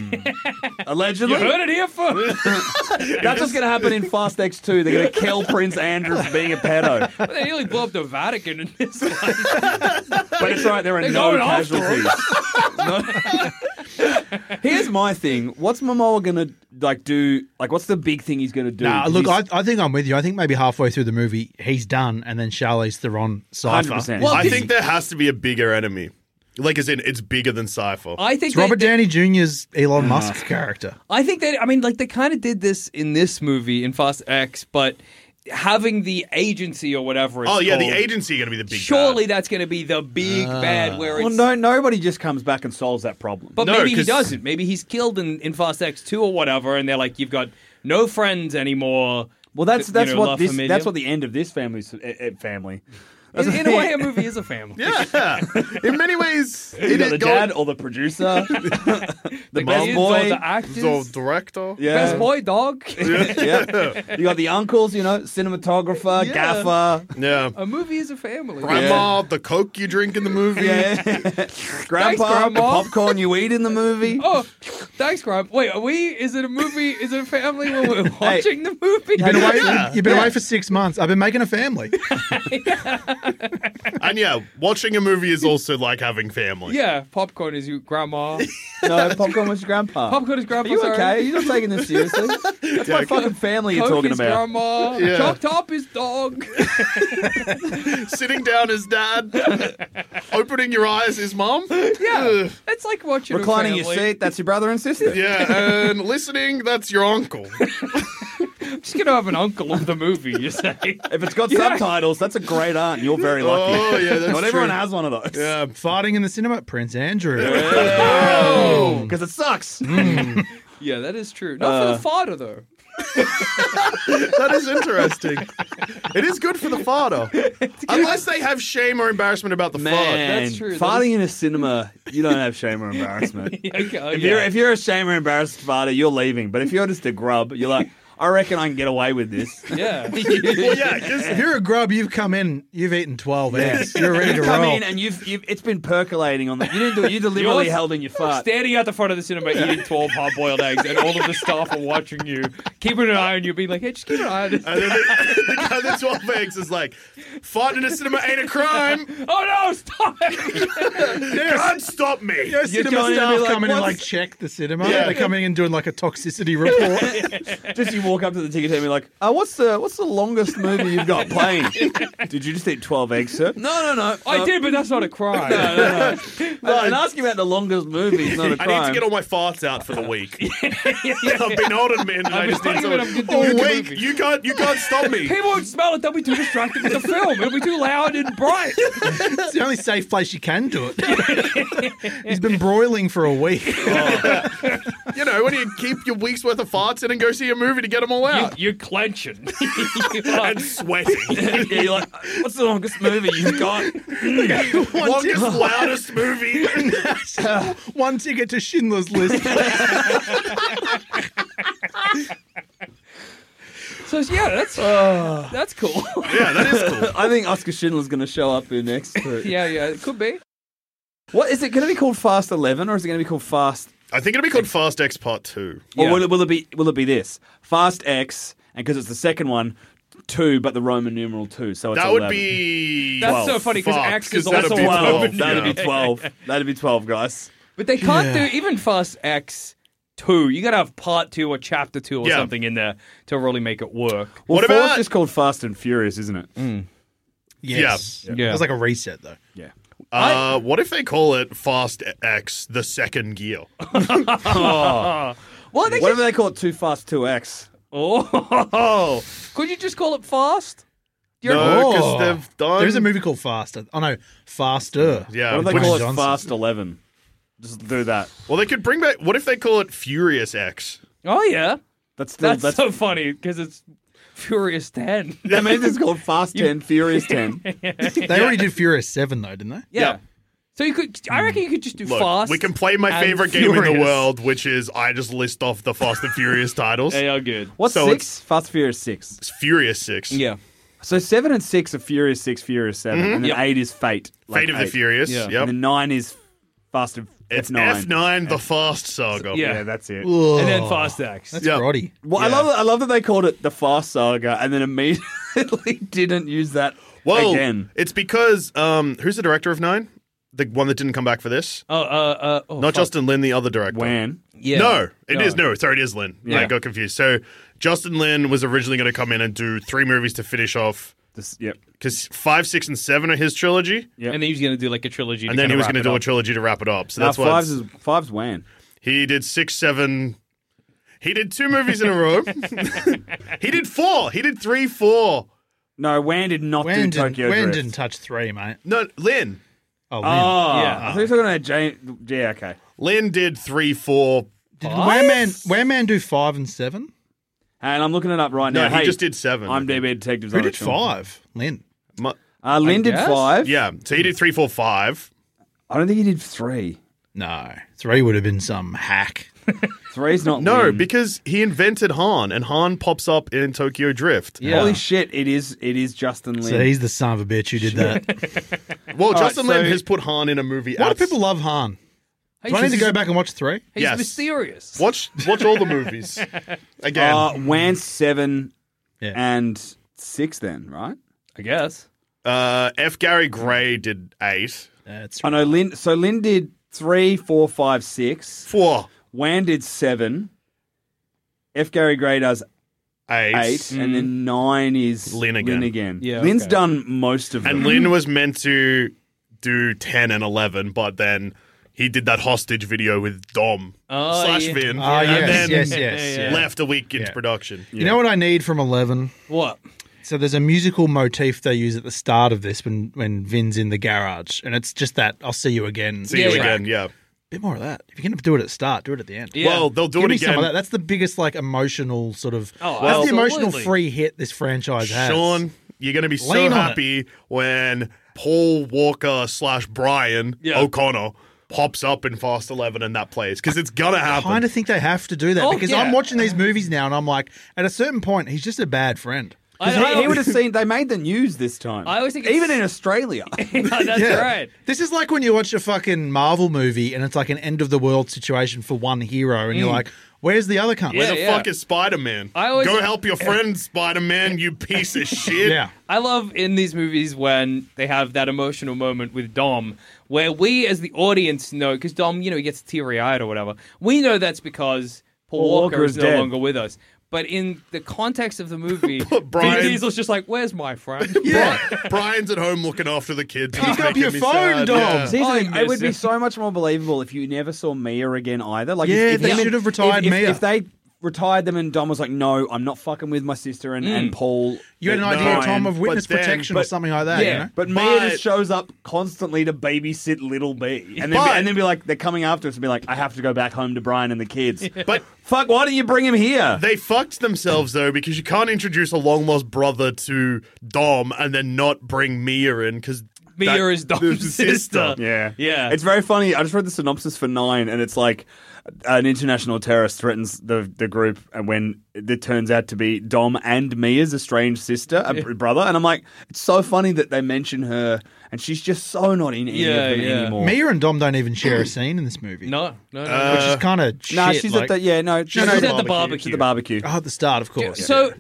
S5: allegedly.
S7: You heard it here first.
S5: That's what's going to happen in Fast X Two. They're going to kill Prince Andrew for being a pedo.
S7: But they nearly blew up the Vatican in this. one.
S5: But it's all right, there are
S7: They're
S5: no
S7: going after
S5: casualties.
S7: him.
S5: No- Here's my thing. What's Momoa gonna like do? Like, what's the big thing he's gonna do?
S6: Nah, look, I,
S5: He's-
S6: I think I'm with you. I think maybe halfway through the movie, he's done, and then Charlize Theron cipher.
S5: 100%.
S3: Well,
S4: I think there has to be a bigger enemy. Like, as in, it's bigger than Cypher.
S3: I think
S6: It's Robert
S3: they, they-
S6: Downey Jr.'s Elon Musk character.
S7: I think that I mean, like they kind of did this in this movie in Fast X, but having the agency or whatever. It's
S4: oh, yeah, the
S7: called,
S4: agency going to be the big bad.
S7: Surely that's going to be the big bad where it's.
S5: Ah. well, no, nobody just comes back and solves that problem.
S7: But
S4: No,
S7: maybe he
S4: 'cause-
S7: doesn't. Maybe he's killed in, in Fast X two or whatever, and they're like, you've got no friends anymore.
S5: well, that's
S7: You
S5: that's
S7: know, La
S5: what this
S7: Familia.
S5: that's what the end of this family's uh, family. That's
S7: In,
S5: what
S7: in a
S5: the-
S7: way, a movie is a family.
S4: Yeah. In many ways,
S5: You
S4: it
S5: got
S4: is
S5: the
S4: going-
S5: dad or the producer, the
S7: Kids
S5: best
S7: or
S5: boy,
S7: the actors,
S4: the director.
S5: yeah.
S7: best boy dog.
S5: yeah. You got the uncles, you know, cinematographer, gaffer,
S4: Yeah.
S3: a movie is a family.
S4: Grandma, the Coke you drink in the movie.
S5: yeah, grandpa, the
S3: Grandma.
S5: popcorn you eat in the movie.
S3: Oh, thanks, Graham. Wait, are we? Is it a movie? Is it a family when we're watching the movie?
S6: You've been, away,
S4: Yeah.
S6: you've been away for six months. I've been making a family.
S4: And yeah, watching a movie is also like having family.
S3: Yeah, popcorn is you, grandma.
S5: No, popcorn was your grandpa.
S3: Popcorn is
S5: Are
S3: grandpa.
S5: you
S3: sorry.
S5: okay? You're not taking this seriously. That's my fucking family you're
S3: Coke
S5: talking
S3: is
S5: about.
S3: grandma.
S4: Yeah.
S3: Chalk top is dog.
S4: Sitting down as dad, opening your eyes is mom. Yeah.
S3: It's like watching
S5: Reclining
S3: a
S5: your
S3: family.
S5: seat, that's your brother and sister.
S4: Yeah, and listening, that's your uncle.
S7: I'm just gonna have an uncle of the movie. You say?
S5: If it's got subtitles, that's a great aunt. You're very lucky.
S4: Oh, yeah, that's uh,
S5: Not everyone
S4: true.
S5: has one of those.
S4: Yeah.
S6: Fighting in the cinema, Prince Andrew.
S5: Because it sucks. Uh,
S3: Yeah, that is true. Not for the fodder though.
S4: That is interesting. it is good for the father. Unless they have shame or embarrassment about the
S5: Man,
S7: That's true. That
S5: farting in a cinema, you don't have shame or embarrassment.
S7: Okay, oh,
S5: If you're
S7: yeah.
S5: if you're a shame or embarrassed farter, you're leaving. But if you're just a grub, you're like, I reckon I can get away with this.
S7: yeah.
S4: fuck. Well, yeah, 'cause
S6: If you're a grub, you've come in, you've eaten 12 eggs. You're ready to
S5: Come
S6: roll.
S5: in and you've, you've it's been percolating on the. You didn't do it. You deliberately
S7: Yours-
S5: held in your fart.
S7: Standing at the front of the cinema eating 12 hard boiled eggs, and all of the staff are watching you, keeping an eye on you, being like, hey, just keep an eye on this.
S4: And then the, the guy that 12 eggs is like, farting in a cinema ain't a crime.
S7: Oh no, stop it!
S4: God stop me.
S6: You know, cinema
S5: going in and be
S6: staff
S5: like,
S6: coming in and
S5: "What's-"
S6: like check the cinema.
S4: Yeah.
S6: They're coming in and doing like a toxicity report.
S5: Just you walk up to the ticket and be like, uh, "What's the what's the longest movie you've got playing? Did you just eat twelve eggs, sir?
S7: No, no, no.
S5: Uh,
S7: I did, but that's not a crime.
S5: And, and asking about the longest movie is not a
S4: I
S5: crime.
S4: need to get all my farts out for the week. I've been holding men and I just need
S7: holding it, I'm
S4: someone.
S7: good
S4: All
S7: doing the
S4: week,
S7: movie.
S4: you can't, you can't stop me.
S7: People would smell it, they'll be too distracted with the film. It'll be too loud and bright.
S6: It's the only safe place you can do it. He's been broiling for a week.
S4: You know, when you keep your week's worth of farts in and go see a movie to get them all out.
S7: You're clenching.
S4: and sweating.
S5: yeah, you're like, what's the longest movie you've got?
S4: Longest, loudest movie.
S6: One ticket to Schindler's List.
S7: so, yeah, that's
S5: Ah.
S7: that's cool.
S4: yeah, that is cool.
S5: I think Oscar Schindler's going to show up in next.
S7: yeah, yeah, it could be.
S5: What is it going to be called? Fast Eleven, or is it going to be called Fast?
S4: I think it'll be called Fast X Part 2.
S5: Or will it, will it be will it be this Fast X? And because it's the second one, two, but the Roman numeral two. So it's
S4: That would
S5: 11.
S4: be.
S7: That's so funny 'cause
S4: fuck,
S7: X is
S4: 'cause that'd
S7: also
S4: be
S7: one.
S4: 12,
S5: That'd be
S4: yeah.
S5: twelve. That'd be twelve, guys.
S7: But they can't do even Fast X. Two, you gotta have part two or chapter two or
S4: Yeah.
S7: something in there to really make it work.
S5: Well,
S4: What
S5: four's
S4: about-
S5: just called Fast and Furious, isn't it?
S6: Yes.
S7: Yeah.
S6: It was like a reset though.
S5: Yeah.
S4: Uh, what if they call it Fast X the second gear?
S7: Well, they
S5: What
S7: could,
S5: if they call it Too Fast Two X?
S7: oh, could you just call it Fast?
S4: No, because they've done.
S6: There is a movie called Faster. Oh no, Faster.
S4: Yeah.
S5: What if they
S4: which-
S5: call it
S6: Johnson.
S5: Fast Eleven? Just do that.
S4: well, they could bring back. What if they call it Furious X?
S7: Oh yeah,
S5: That's still
S7: that's,
S5: that's.
S7: so funny because it's Furious Ten.
S5: I mean, it's called Fast Ten, Furious Ten.
S6: They already did Furious Seven though, didn't they?
S7: Yeah. So you could, I reckon you could just do
S4: Look,
S7: Fast.
S4: we can play my
S7: and
S4: favorite game in the
S7: Furious.
S4: world, which is I just list off the Fast and Furious titles.
S7: They are good.
S5: What's
S4: So
S5: six? Fast Furious Six.
S4: It's Furious Six.
S7: Yeah.
S5: So seven and six are Furious Six, Furious 7 and then
S7: Yep.
S5: eight is Fate. like
S4: Fate of the
S5: eight.
S4: Furious.
S7: Yeah.
S4: Yep.
S5: And then nine is Fast and
S4: it's
S5: nine.
S4: F nine, the Fast Saga.
S7: Yeah.
S5: Yeah, that's it.
S6: Ugh.
S7: And then Fast X.
S6: That's
S4: Yeah.
S6: grotty.
S5: Well, I
S7: Yeah.
S5: love I love that they called it the Fast Saga, and then immediately didn't use that
S4: Well,
S5: again.
S4: it's because um, who's the director of Nine? The one that didn't come back for this.
S7: Oh, uh, uh, oh,
S4: Not
S7: fuck.
S4: Justin Lin, the other director.
S5: When
S7: Yeah.
S4: No, it is
S7: No.
S4: no. Sorry, it is Lin.
S5: Yeah.
S4: I got confused. So Justin Lin was originally going to come in and do three movies to finish off
S5: this, yep,
S4: because five, six, and seven are his trilogy,
S5: Yeah.
S7: And then he was going to do like a trilogy.
S4: and then he was going to do a
S7: a
S4: trilogy to wrap it up. So
S5: now
S4: that's why
S5: fives
S4: it's-
S5: is fives Wan.
S4: he did six, seven. He did two movies in a row. he did four. He did three, four.
S5: No, Wan did not
S6: When
S5: do
S6: didn't,
S5: Tokyo
S6: when
S5: Drift.
S6: didn't touch three, mate?
S4: No, Lin.
S6: Oh,
S5: Oh,
S6: Lin.
S7: Yeah.
S5: yeah. I think you're talking about James. Yeah, okay.
S4: Lin did three, four.
S6: Did Wham Man, Wham Man do five and seven?
S5: And I'm looking it up right
S4: No,
S5: now.
S4: he
S5: hey,
S4: just did seven.
S5: I'm DB Detectives.
S6: Who
S5: on a
S6: did
S5: film.
S6: five? Lynn.
S4: Mu-
S5: Uh, Lynn did
S7: guess.
S5: five.
S4: yeah, so he did three, four, five.
S5: I don't think he did three.
S6: No, three would have been some hack.
S5: Three's not
S4: No,
S5: Lynn.
S4: because he invented Han, and Han pops up in Tokyo Drift.
S7: Yeah.
S5: Holy shit! It is. It is Justin Lin.
S6: So he's the son of a bitch who did that.
S4: Well, Justin
S5: right,
S4: Lin
S5: so-
S4: has put Han in a movie.
S6: Why do
S4: as-
S6: people love Han? Do I need to go back and watch three?
S7: He's
S4: Yes.
S7: mysterious.
S4: Watch watch all the movies again.
S5: uh, Wan seven
S6: Yeah.
S5: and six. Then right.
S7: I guess.
S4: Uh, F. Gary Gray did eight,
S6: That's
S5: I
S6: right.
S5: know Oh, Lynn. So Lynn did three, four, five, six.
S4: four,
S5: Wan did seven. F. Gary Gray does
S4: eight,
S5: eight, and then nine is
S4: Lin
S5: Lynn
S4: again.
S5: again.
S7: Yeah,
S5: Lynn's
S7: okay.
S5: done most of them.
S4: and Lin was meant to do ten and eleven, but then he did that hostage video with Dom
S7: Oh,
S4: slash
S7: yeah.
S4: Vin,
S6: Ah,
S4: and
S6: yes,
S4: then
S6: yes, yes,
S7: uh,
S6: yeah.
S4: left a week into
S6: Yeah.
S4: production.
S6: You know what I need from Eleven?
S7: What?
S6: So there's a musical motif they use at the start of this when when Vin's in the garage, and it's just that "I'll see you again."
S4: See
S7: Yeah,
S4: you
S7: yeah.
S4: again, yeah.
S6: bit more of that. If you're going to do it at the start, do it at the end.
S4: Well, they'll do
S6: Give
S4: it
S6: me
S4: again.
S6: some of that. That's the biggest like emotional sort of.
S7: Oh,
S6: that's the emotional
S7: absolutely.
S6: free hit this franchise has.
S4: Sean, you're going to be
S6: Lean
S4: so
S6: on it.
S4: happy when Paul Walker slash Brian
S7: Yeah.
S4: O'Connor pops up in Fast 11 in that place because it's going to
S6: I
S4: happen.
S6: kind of think they have to do that
S7: Oh,
S6: because
S7: yeah.
S6: I'm watching these movies now and I'm like, at a certain point, he's just a bad friend.
S7: I, I,
S5: He, he would have seen. They made the news this time.
S7: I always think it's-
S5: even in Australia.
S7: that's right.
S6: This is like when you watch a fucking Marvel movie and it's like an end of the world situation for one hero and you're like, where's the other cunt?
S4: Where
S7: Mm. Yeah,
S4: the
S7: yeah.
S4: fuck is Spider Man?
S7: I always-
S4: Go help your friend, Spider Man, you piece of shit.
S6: Yeah.
S7: I love in these movies when they have that emotional moment with Dom, where we as the audience know, because Dom, you know, he gets teary eyed or whatever. We know that's because Paul,
S5: Paul
S7: Walker,
S5: Walker
S7: is,
S5: is
S7: no
S5: dead.
S7: longer with us. But in the context of the movie,
S4: Brian-
S7: Vin Diesel's just like, "Where's my friend?"
S4: Bri- Brian's at home looking after the kids. It's
S6: Pick up
S4: making
S6: your
S4: me
S6: phone,
S4: sad.
S6: Dom.
S4: Yeah.
S5: See,
S7: Oh, I
S5: it would be
S7: miss it.
S5: so much more believable if you never saw Mia again either. Like,
S6: Yeah,
S5: if, if
S6: they
S5: him and-
S6: should have retired
S5: if, if-
S6: Mia.
S5: If they retired them and Dom was like, "No, I'm not fucking with my sister and,
S7: Mm.
S5: and Paul."
S6: You had an
S5: and
S6: idea,
S5: Brian."
S6: Tom, of
S4: but
S6: witness
S4: then-
S6: protection or
S4: but-
S6: something like that.
S5: yeah,
S6: you know?
S5: but Mia
S4: But-
S5: just shows up constantly to babysit little B, and then
S4: But-
S5: and then be like, they're coming after us, and be like, I have to go back home to Brian and the kids.
S4: But
S5: Fuck, why don't you bring him here?
S4: they fucked themselves though because you can't introduce a long lost brother to Dom and then not bring Mia in because
S7: Mia is Dom's sister.
S5: Yeah.
S7: Yeah.
S5: It's very funny. I just read the synopsis for Nine, and it's like an international terrorist threatens the, the group, and when it turns out to be Dom and Mia's estranged sister, a br- brother. And I'm like, it's so funny that they mention her, and she's just so not in any
S7: Yeah,
S5: of them
S7: yeah.
S5: anymore.
S6: Mia and Dom don't even share a scene in this movie.
S7: No, no, no.
S6: Which
S4: Uh,
S6: is kind of
S5: Nah,
S6: shit.
S5: she's
S6: like,
S5: at the yeah, no,
S6: at
S7: she's
S6: the
S7: at the
S6: barbecue.
S5: She's at the barbecue.
S6: Oh, at the start, of course.
S7: So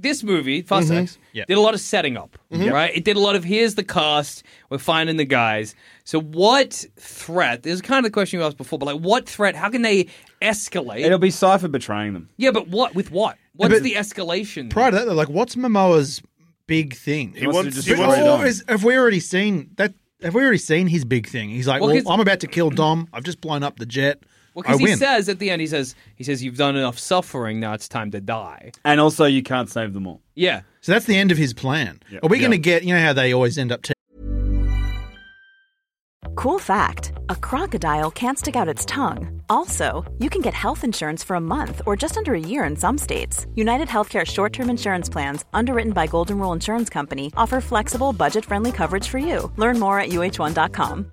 S7: this movie, Fast X,
S6: Yeah.
S7: did a lot of setting up,
S6: Mm-hmm.
S7: right? It did a lot of here's the cast, we're finding the guys. So what threat? This is kind of the question you asked before, but like what threat? How can they escalate?
S5: It'll be Cypher betraying them.
S7: yeah, but what with what? What's
S6: But-
S7: the escalation?
S6: Prior to that, they're like, what's Momoa's big thing?
S4: he wants,
S5: just
S4: he
S5: put
S6: But
S4: wants
S5: it
S6: or
S5: on.
S6: is- have we already seen that? Have we already seen his big thing? He's like,
S7: Well,
S6: well,
S7: 'cause-
S6: I'm about to kill Dom. I've just blown up the jet.
S7: Well,
S6: I
S7: because he
S6: win.
S7: says at the end, he says, he says, you've done enough suffering. Now it's time to die.
S5: And also, you can't save them all.
S7: Yeah.
S6: so that's the end of his plan. Are we going to get? You know how they always end up. T-
S8: Cool fact a crocodile can't stick out its tongue. Also, you can get health insurance for a month or just under a year in some states. United Healthcare short term insurance plans, underwritten by Golden Rule Insurance Company, offer flexible, budget friendly coverage for you. Learn more at uh1.com.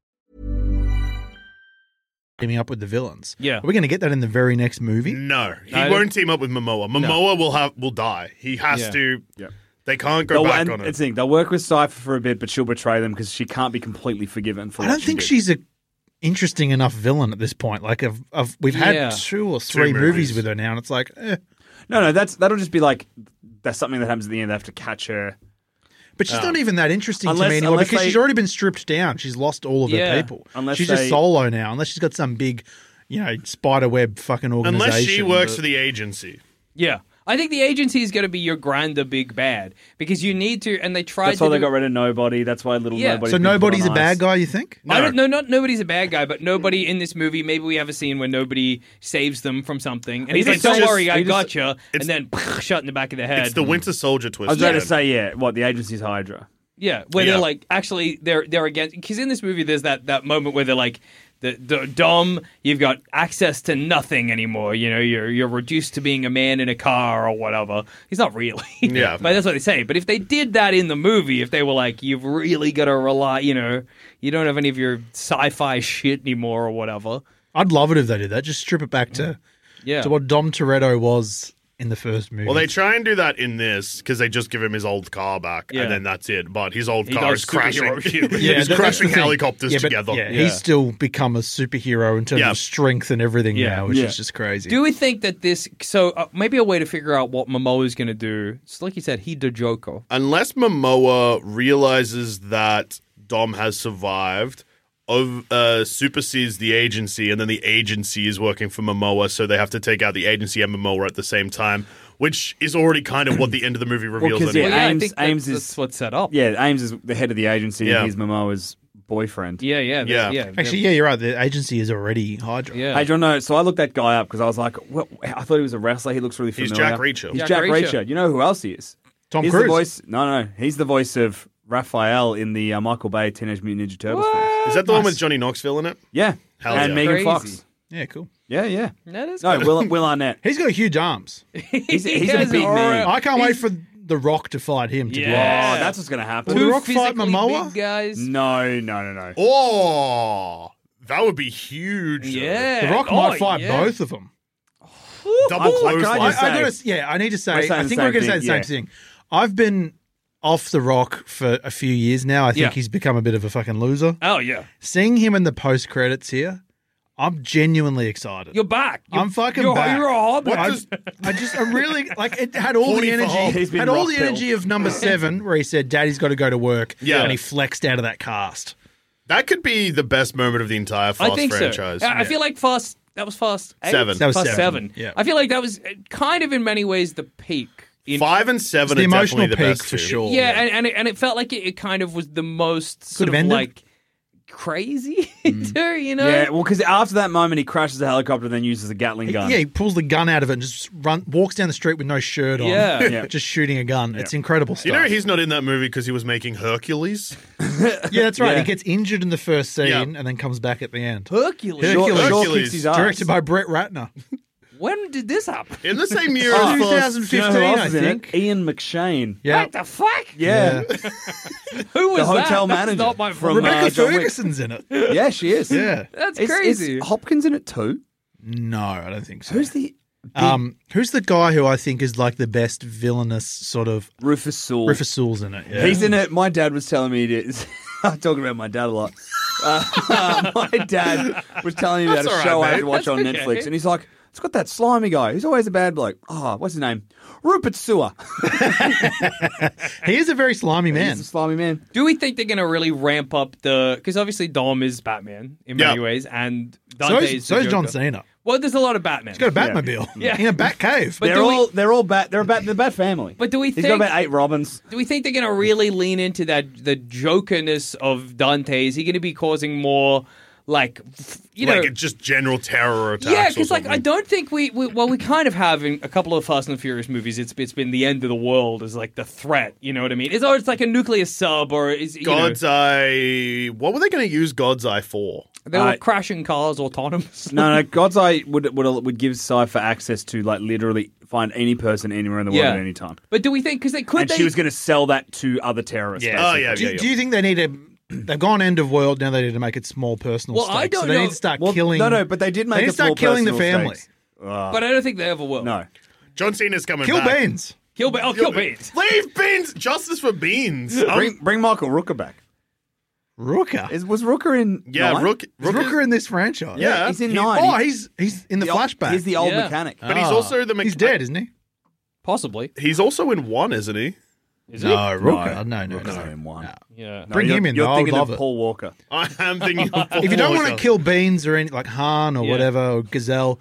S6: teaming up with the villains.
S7: Yeah.
S6: Are we going to get that in the very next movie?
S4: no, he
S7: I-
S4: won't team up with Momoa. Momoa will have will die. He has
S7: Yeah.
S4: to. They can't go
S5: They'll,
S4: back
S5: and
S4: on
S5: it's
S4: it.
S5: the thing, they'll work with Cypher for a bit, but she'll betray them because she can't be completely forgiven for
S6: I
S5: what
S6: don't
S5: she
S6: think
S5: did.
S6: she's a interesting enough villain at this point. Like, I've, I've, we've had
S7: Yeah.
S6: two or three movies.
S4: movies.
S6: with her now, and it's like, eh.
S5: No, no, that's that'll just be like that's something that happens at the end. They have to catch her.
S6: but she's not even that interesting to
S5: Unless-
S6: me anymore
S5: unless
S6: because
S5: they-
S6: she's already been stripped down. She's lost all of her
S7: Yeah.
S6: people.
S5: Unless
S6: she's just
S5: they-
S6: solo now. Unless she's got some big, you know, spider web fucking organization.
S4: Unless she works
S6: that-
S4: for the agency.
S7: Yeah. I think the agency is going to be your grander big bad because you need to, and they tried
S5: That's
S7: to.
S5: why they
S7: do-
S5: got rid of nobody. That's why little
S7: Yeah.
S5: nobody.
S6: So nobody's a bad guy, you think?
S7: I don't know. Not nobody's a bad guy, but nobody in this movie. Maybe we have a scene where nobody saves them from something, and he's like,
S5: just
S7: "Don't
S5: says-
S7: worry, I
S5: he just-
S7: gotcha," and then shot in the back of the head.
S4: It's the Winter Soldier twist.
S5: I was going to
S4: man.
S5: say, yeah, what the agency's Hydra.
S7: yeah, where
S4: Yeah.
S7: they're like, actually, they're they're against. Because in this movie, there's that that moment where they're like. The, the dumb, you've got access to nothing anymore. You know, you're you're reduced to being a man in a car or whatever. He's not really.
S4: Yeah.
S7: but that's what they say. But if they did that in the movie, if they were like, you've really got to rely, you know, you don't have any of your sci-fi shit anymore or whatever.
S6: I'd love it if they did that. Just strip it back to,
S7: Yeah.
S6: to what Dom Toretto was in the first movie.
S4: Well, they try and do that in this because they just give him his old car back,
S7: Yeah.
S4: and then that's it. But his old
S7: He
S4: car
S7: does
S4: is crashing.
S7: superhero.
S6: Yeah,
S4: he's
S6: that- that's
S4: crashing
S6: the thing.
S4: helicopters
S6: Yeah, but,
S4: together.
S6: Yeah, he's still become a superhero in terms
S4: Yeah.
S6: of strength and everything
S7: Yeah.
S6: now, which
S5: Yeah.
S6: is just crazy.
S7: Do we think that this? So uh, maybe a way to figure out what Momoa is going to do. It's like you said, he the Joker.
S4: unless Momoa realizes that Dom has survived, ov- uh, supersedes the agency, and then the agency is working for Momoa, so they have to take out the agency and Momoa at the same time, which is already kind of what the end of the movie reveals.
S5: 'cause, yeah,
S4: anyway.
S7: Yeah, I
S5: Ames-
S7: think
S5: Ames
S7: that's,
S5: is-
S7: that's what's set up.
S5: Yeah, Ames is the head of the agency.
S4: Yeah.
S5: and He's Momoa's boyfriend.
S7: yeah, yeah, yeah.
S4: Yeah.
S7: yeah.
S6: Actually, yeah, you're right. The agency is already Hydra.
S7: yeah.
S5: Hey, John, no. So I looked that guy up because I was like, what? I thought he was a wrestler. He looks really
S4: He's
S5: familiar.
S4: Jack Reacher.
S5: He's
S4: Jack
S5: Jack,
S7: Reacher.
S5: Reacher. You know who else he is?
S6: Tom
S5: he's
S6: Cruise.
S5: The voice, no, no, he's the voice of Raphael in the uh, Michael Bay Teenage Mutant Ninja Turtles. Film.
S4: Is that the one with Johnny Knoxville in it?
S5: Yeah,
S4: Hell
S5: and
S4: yeah.
S5: Megan
S7: Crazy.
S5: Fox.
S6: Yeah, cool.
S5: Yeah, yeah.
S7: That is
S5: No, Will, Will Arnett.
S6: He's got huge arms.
S5: He's,
S7: He
S5: he's a
S7: has
S5: big
S7: an
S5: man.
S7: aura.
S6: I can't wait for The Rock to fight him. To
S5: Oh,
S7: Yeah.
S5: that's what's gonna happen.
S6: Will The Rock fight
S7: physically
S6: Momoa?
S7: big guys.
S5: No, no, no, no.
S4: Oh, that would be huge. though.
S7: Yeah.
S6: The Rock
S7: Oh,
S6: might fight
S7: yeah.
S6: both of them.
S4: Double
S5: I'm-
S4: clothesline.
S5: I
S6: I,
S5: just say-
S6: I gotta, yeah, I need to say,
S5: We're saying
S6: I
S5: the
S6: think we're
S5: same
S6: going to say the
S5: thing,
S6: same
S5: yeah.
S6: thing. I've been off The Rock for a few years now. I think
S7: Yeah.
S6: he's become a bit of a fucking loser.
S7: Oh yeah.
S6: Seeing him in the post credits here, I'm genuinely excited.
S7: You're back. You're,
S6: I'm fucking
S7: you're,
S6: back.
S7: You're a hobbit.
S6: I, I just, I really like it. Had all
S4: Horny
S6: the
S4: for Hulk.
S5: He's
S6: energy,
S5: been
S6: had all
S5: rock
S6: the
S5: built.
S6: energy of number seven, where he said, "Daddy's got to go to work,"
S4: Yeah.
S6: and he flexed out of that cast.
S4: That could be the best moment of the entire Fast
S7: I think
S4: franchise.
S7: so. I, I feel like Fast. That was Fast. Eight?
S4: Seven.
S6: That was
S7: Fast
S6: seven.
S7: seven.
S6: Yeah.
S7: I feel like that was uh, kind of in many ways the peak. In,
S4: Five and seven
S6: the
S4: are
S6: emotional
S4: definitely the
S6: peak
S4: best
S6: for
S4: two.
S6: sure.
S7: Yeah, and and it, and it felt like it, it kind of was the most sort
S6: have
S7: of
S6: ended.
S7: like crazy too. You know.
S5: Mm. Yeah, well, because after that moment, he crashes the helicopter and then uses a Gatling gun.
S6: Yeah, he pulls the gun out of it and just run, walks down the street with no shirt on.
S7: Yeah.
S5: Yeah.
S6: just shooting a gun. It's incredible stuff.
S4: You know he's not in that movie because he was making Hercules.
S6: yeah, that's right.
S5: Yeah.
S6: He gets injured in the first scene
S4: Yeah.
S6: and then comes back at the end.
S7: Hercules.
S5: Shaw,
S6: Hercules.
S5: Shaw
S4: Hercules.
S5: kicks his ass.
S6: Directed by Brett Ratner. Ah.
S7: When did this happen?
S4: In the same year
S5: Oh,
S4: as Fast.
S5: Do you know who
S6: 2015,
S5: else
S6: I
S5: is in it?
S6: think.
S5: Ian McShane.
S6: Yeah.
S7: What the fuck?
S5: Yeah.
S7: Who was
S5: The
S7: that?
S5: hotel
S7: That's
S5: manager
S7: not my
S5: from,
S7: from.
S6: Rebecca
S5: uh, John Wick.
S6: Ferguson's in it.
S5: yeah, she is.
S6: Yeah.
S7: That's
S5: Is- is
S7: crazy.
S5: Hopkins in it too?
S6: No, I don't think so.
S5: Who's the
S6: um, who's the guy who I think is like the best villainous sort of
S5: Rufus Sewell?
S6: Rufus Sewell's in it? Yeah.
S5: He's in it. My dad was telling me it is. I'm talking about my dad a lot. Uh, my dad was telling me about
S4: That's
S5: a
S4: all
S5: show I
S4: right,
S5: had
S4: mate.
S5: to watch on Netflix, and he's like, "It's got that slimy guy. He's always a bad bloke. Oh, what's his name? Rupert Sewer.
S6: he is a very slimy man.
S5: He's a slimy man.
S7: Do we think they're going to really ramp up the? Because obviously Dom is Batman in many
S4: Yeah.
S7: ways, and
S6: So
S7: Dante
S6: is,
S7: is
S6: so
S7: the
S6: is John
S7: Joker.
S6: Cena.
S7: Well, there's a lot of Batman.
S6: He's got a Batmobile
S7: Yeah.
S6: in a Bat Cave.
S7: But
S5: They're
S7: do we-
S5: all they're all bat. They're a bat. They're bat family.
S7: But do we
S5: He's got
S7: think-
S5: about eight Robins.
S7: Do we think they're going to really lean into that the jokerness of Dante? Is he going to be causing more, like, f- you know,
S4: like it's just general terror attacks.
S7: yeah?
S4: or
S7: Because like I
S4: something.
S7: don't think we, we well we kind of have in a couple of Fast and Furious movies. It's it's been the end of the world as like the threat. You know what I mean? It's or it's like a nuclear sub or is you know,
S4: God's Eye. What were they going to use God's Eye for?
S7: they were
S5: Uh,
S7: crashing cars autonomous.
S5: No, no. God's Eye would would would give Cipher access to like literally find any person anywhere in the world
S7: Yeah.
S5: at any time.
S7: But do we think because they could
S5: and
S7: they?
S5: she was going to sell that to other terrorists.
S6: Yeah.
S4: Oh yeah,
S6: do,
S4: yeah, yeah.
S6: do you think they need a? They've gone end of world. Now they need to make it small personal
S7: Well,
S6: stakes.
S7: I
S6: so
S7: don't
S6: they
S7: know-
S6: need to start
S5: Well,
S6: killing.
S5: no, no, but they did make
S6: They need
S5: it
S6: to start
S5: more
S6: killing the
S5: personal
S6: family.
S5: stakes.
S7: but I don't think they ever will.
S5: No.
S4: John Cena's coming
S6: Kill
S4: back.
S6: Beans.
S7: kill. Ba- oh, kill Bates.
S4: Leave Beans. Justice for Beans. Um,
S5: Bring, bring Michael Rooker back.
S6: Rooker.
S5: Is, was Rooker in?
S4: yeah,
S5: nine?
S4: Rook.
S6: Is Rooker in this franchise?
S4: Yeah,
S5: He's in
S4: He-
S5: nine.
S6: Oh, he's he's in the,
S5: old-
S6: flashback. Ah.
S5: He's the old
S7: Yeah.
S5: mechanic.
S4: but he's also the. mecha-
S6: he's dead, isn't he?
S7: Possibly.
S4: He's also in one, isn't he?
S6: no, Rooker. No, no,
S5: Rooker's
S6: no.
S5: not in one.
S7: Yeah.
S6: Bring
S5: you're,
S6: him in.
S5: You're
S6: though. I would
S5: thinking
S6: love
S5: of
S6: it.
S5: Paul Walker.
S4: I am thinking of.
S6: If you don't want to
S4: Paul
S6: kill Beans or any like Han or
S7: Yeah.
S6: whatever or Gazelle,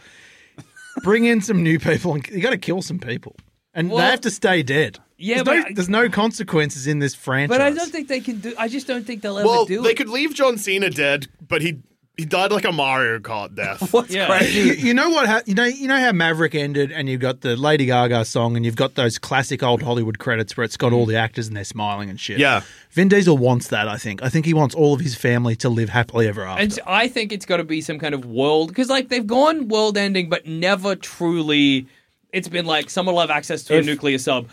S6: bring in some new people. And you got to kill some people, and they
S7: Well-
S6: have to stay dead.
S7: Yeah,
S6: there's, no,
S7: but I-
S6: there's no consequences in this franchise.
S7: But I don't think they can do. I just don't think they'll ever
S4: Well,
S7: do
S4: they
S7: it.
S4: could leave John Cena dead, but he he died like a Mario Kart death.
S5: What's
S7: Yeah.
S5: crazy?
S6: you, you know what? Ha- you know you know how Maverick ended, and you've got the Lady Gaga song, and you've got those classic old Hollywood credits where it's got
S7: Mm.
S6: all the actors and they're smiling and shit.
S4: Yeah.
S6: Vin Diesel wants that. I think. I think he wants all of his family to live happily ever after.
S7: And I think it's got to be some kind of world because, like, they've gone world ending, but never truly. It's been like someone will have access to
S5: If-
S7: a nuclear sub.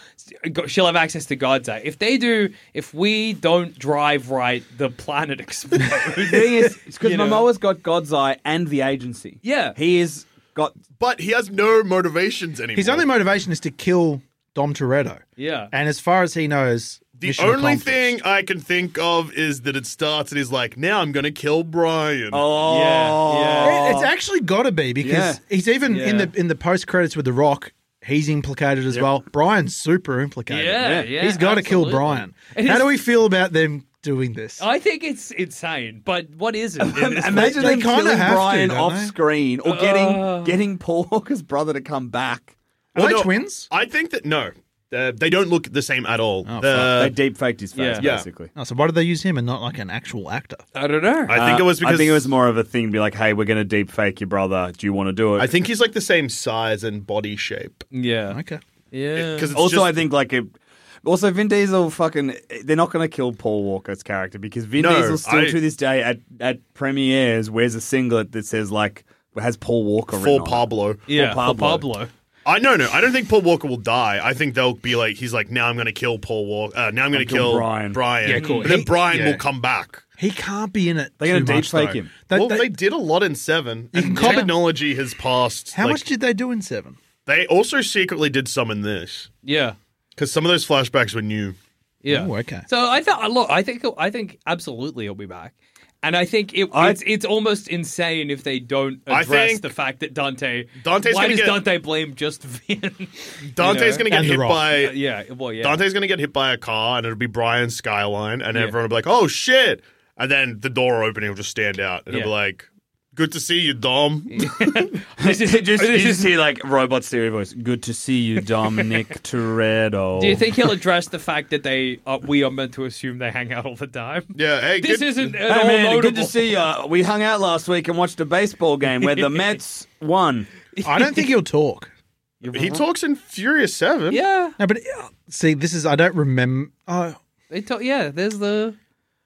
S7: She'll have access to God's eye. If they do, if we don't drive right, the planet explodes.
S5: The thing is, it's because
S7: You know.
S5: Momoa's got God's Eye and the agency.
S7: Yeah.
S5: he is got.
S4: But he has no motivations anymore.
S6: His only motivation is to kill Dom Toretto.
S7: Yeah.
S6: And as far as he knows,
S4: the
S6: mission
S4: only
S6: accomplished.
S4: thing I can think of is that it starts and he's like, "Now I'm going to kill Brian."
S5: Oh,
S6: It-
S4: Oh.
S6: it's actually got to be because
S5: Yeah.
S6: he's even in the in the post credits with The Rock. He's implicated as well. Brian's super implicated.
S7: Yeah, yeah,
S6: he's got to kill
S7: absolutely.
S6: Brian.
S7: And
S6: How
S7: it's-
S6: do we feel about them doing this.
S7: I think it's insane, but what is it?
S5: Imagine
S6: they
S5: them
S6: kinda
S5: killing
S6: have to,
S5: Brian
S6: don't
S5: off
S6: they?
S5: screen or
S7: Uh.
S5: getting getting Paul Walker's brother to come back.
S6: Are they
S4: no,
S6: twins?
S4: I think that no, uh, they don't look the same at all. The-
S5: they deep faked his face,
S7: yeah.
S4: Uh, Yeah.
S5: basically.
S6: Oh, so why did they use him and not like an actual actor?
S7: I don't know.
S4: I think it was because
S5: I think it was more of a thing to be like, "Hey, we're going to deep fake your brother. Do you want to do it?"
S4: I think he's like the same size and body shape.
S7: yeah.
S6: Okay.
S7: Yeah.
S4: Because
S5: also, I think like it. Also, Vin Diesel fucking. They're not going to kill Paul Walker's character because Vin
S4: No,
S5: Diesel still
S4: I-
S5: to this day at at premieres wears a singlet that says like has Paul Walker
S4: for
S5: written on it.
S4: Pablo.
S7: yeah.
S5: for
S7: for
S5: Pablo.
S7: Pablo.
S4: I no no. I don't think Paul Walker will die. I think they'll be like he's like now I'm going to kill Paul Walker. Uh, now I'm going to
S5: kill
S4: kill
S5: Brian."
S4: Brian.
S6: Yeah, cool.
S4: But then
S6: He-
S4: Brian
S6: yeah.
S4: will come back.
S6: He can't be in it.
S5: They're gonna
S6: too much,
S5: deepfake
S6: though.
S5: him.
S6: They-
S4: well,
S6: they-
S4: they, did a lot in Seven.
S6: You can
S4: And
S6: cop it-
S4: technology has passed.
S6: how
S4: like,
S6: much did they do in Seven?
S4: they also secretly did some in this
S7: Yeah.
S4: because some of those flashbacks were new.
S7: Yeah.
S6: Oh, okay.
S7: So I thought, uh, look, I think, I think absolutely he'll be back, and I think it,
S5: I-
S7: it's it's almost insane if they don't
S4: I
S7: address
S4: think-
S7: the fact that Dante.
S4: Dante's
S7: why
S4: gonna
S7: does
S4: get-
S7: Dante blame just Vin? know?
S4: Dante's going to get
S6: And The
S4: hit
S6: Rock.
S4: by
S7: yeah. Well, yeah.
S4: Dante's going to get hit by a car, and it'll be Brian's skyline, and everyone will be like, "Oh shit!" And then the door opening will just stand out, and it'll be
S7: Yeah.
S4: like, "Good to see you, Dom."
S7: This is- this
S5: just, you just
S7: is-
S5: hear like robot stereo voice. Good to see you, Dominic Toretto.
S7: Do you think he'll address the fact that they are, we are meant to assume they hang out all the time?
S4: Yeah, hey,
S7: This
S4: good-
S7: isn't at
S5: Hey
S7: all
S5: man, good to
S7: notable.
S5: see you. We hung out last week and watched a baseball game where the Mets won.
S6: I don't think he'll talk.
S4: He talks in Furious Seven.
S7: Yeah,
S6: No, but uh, see, this is I don't remember. Oh,
S7: they talk, yeah. There's the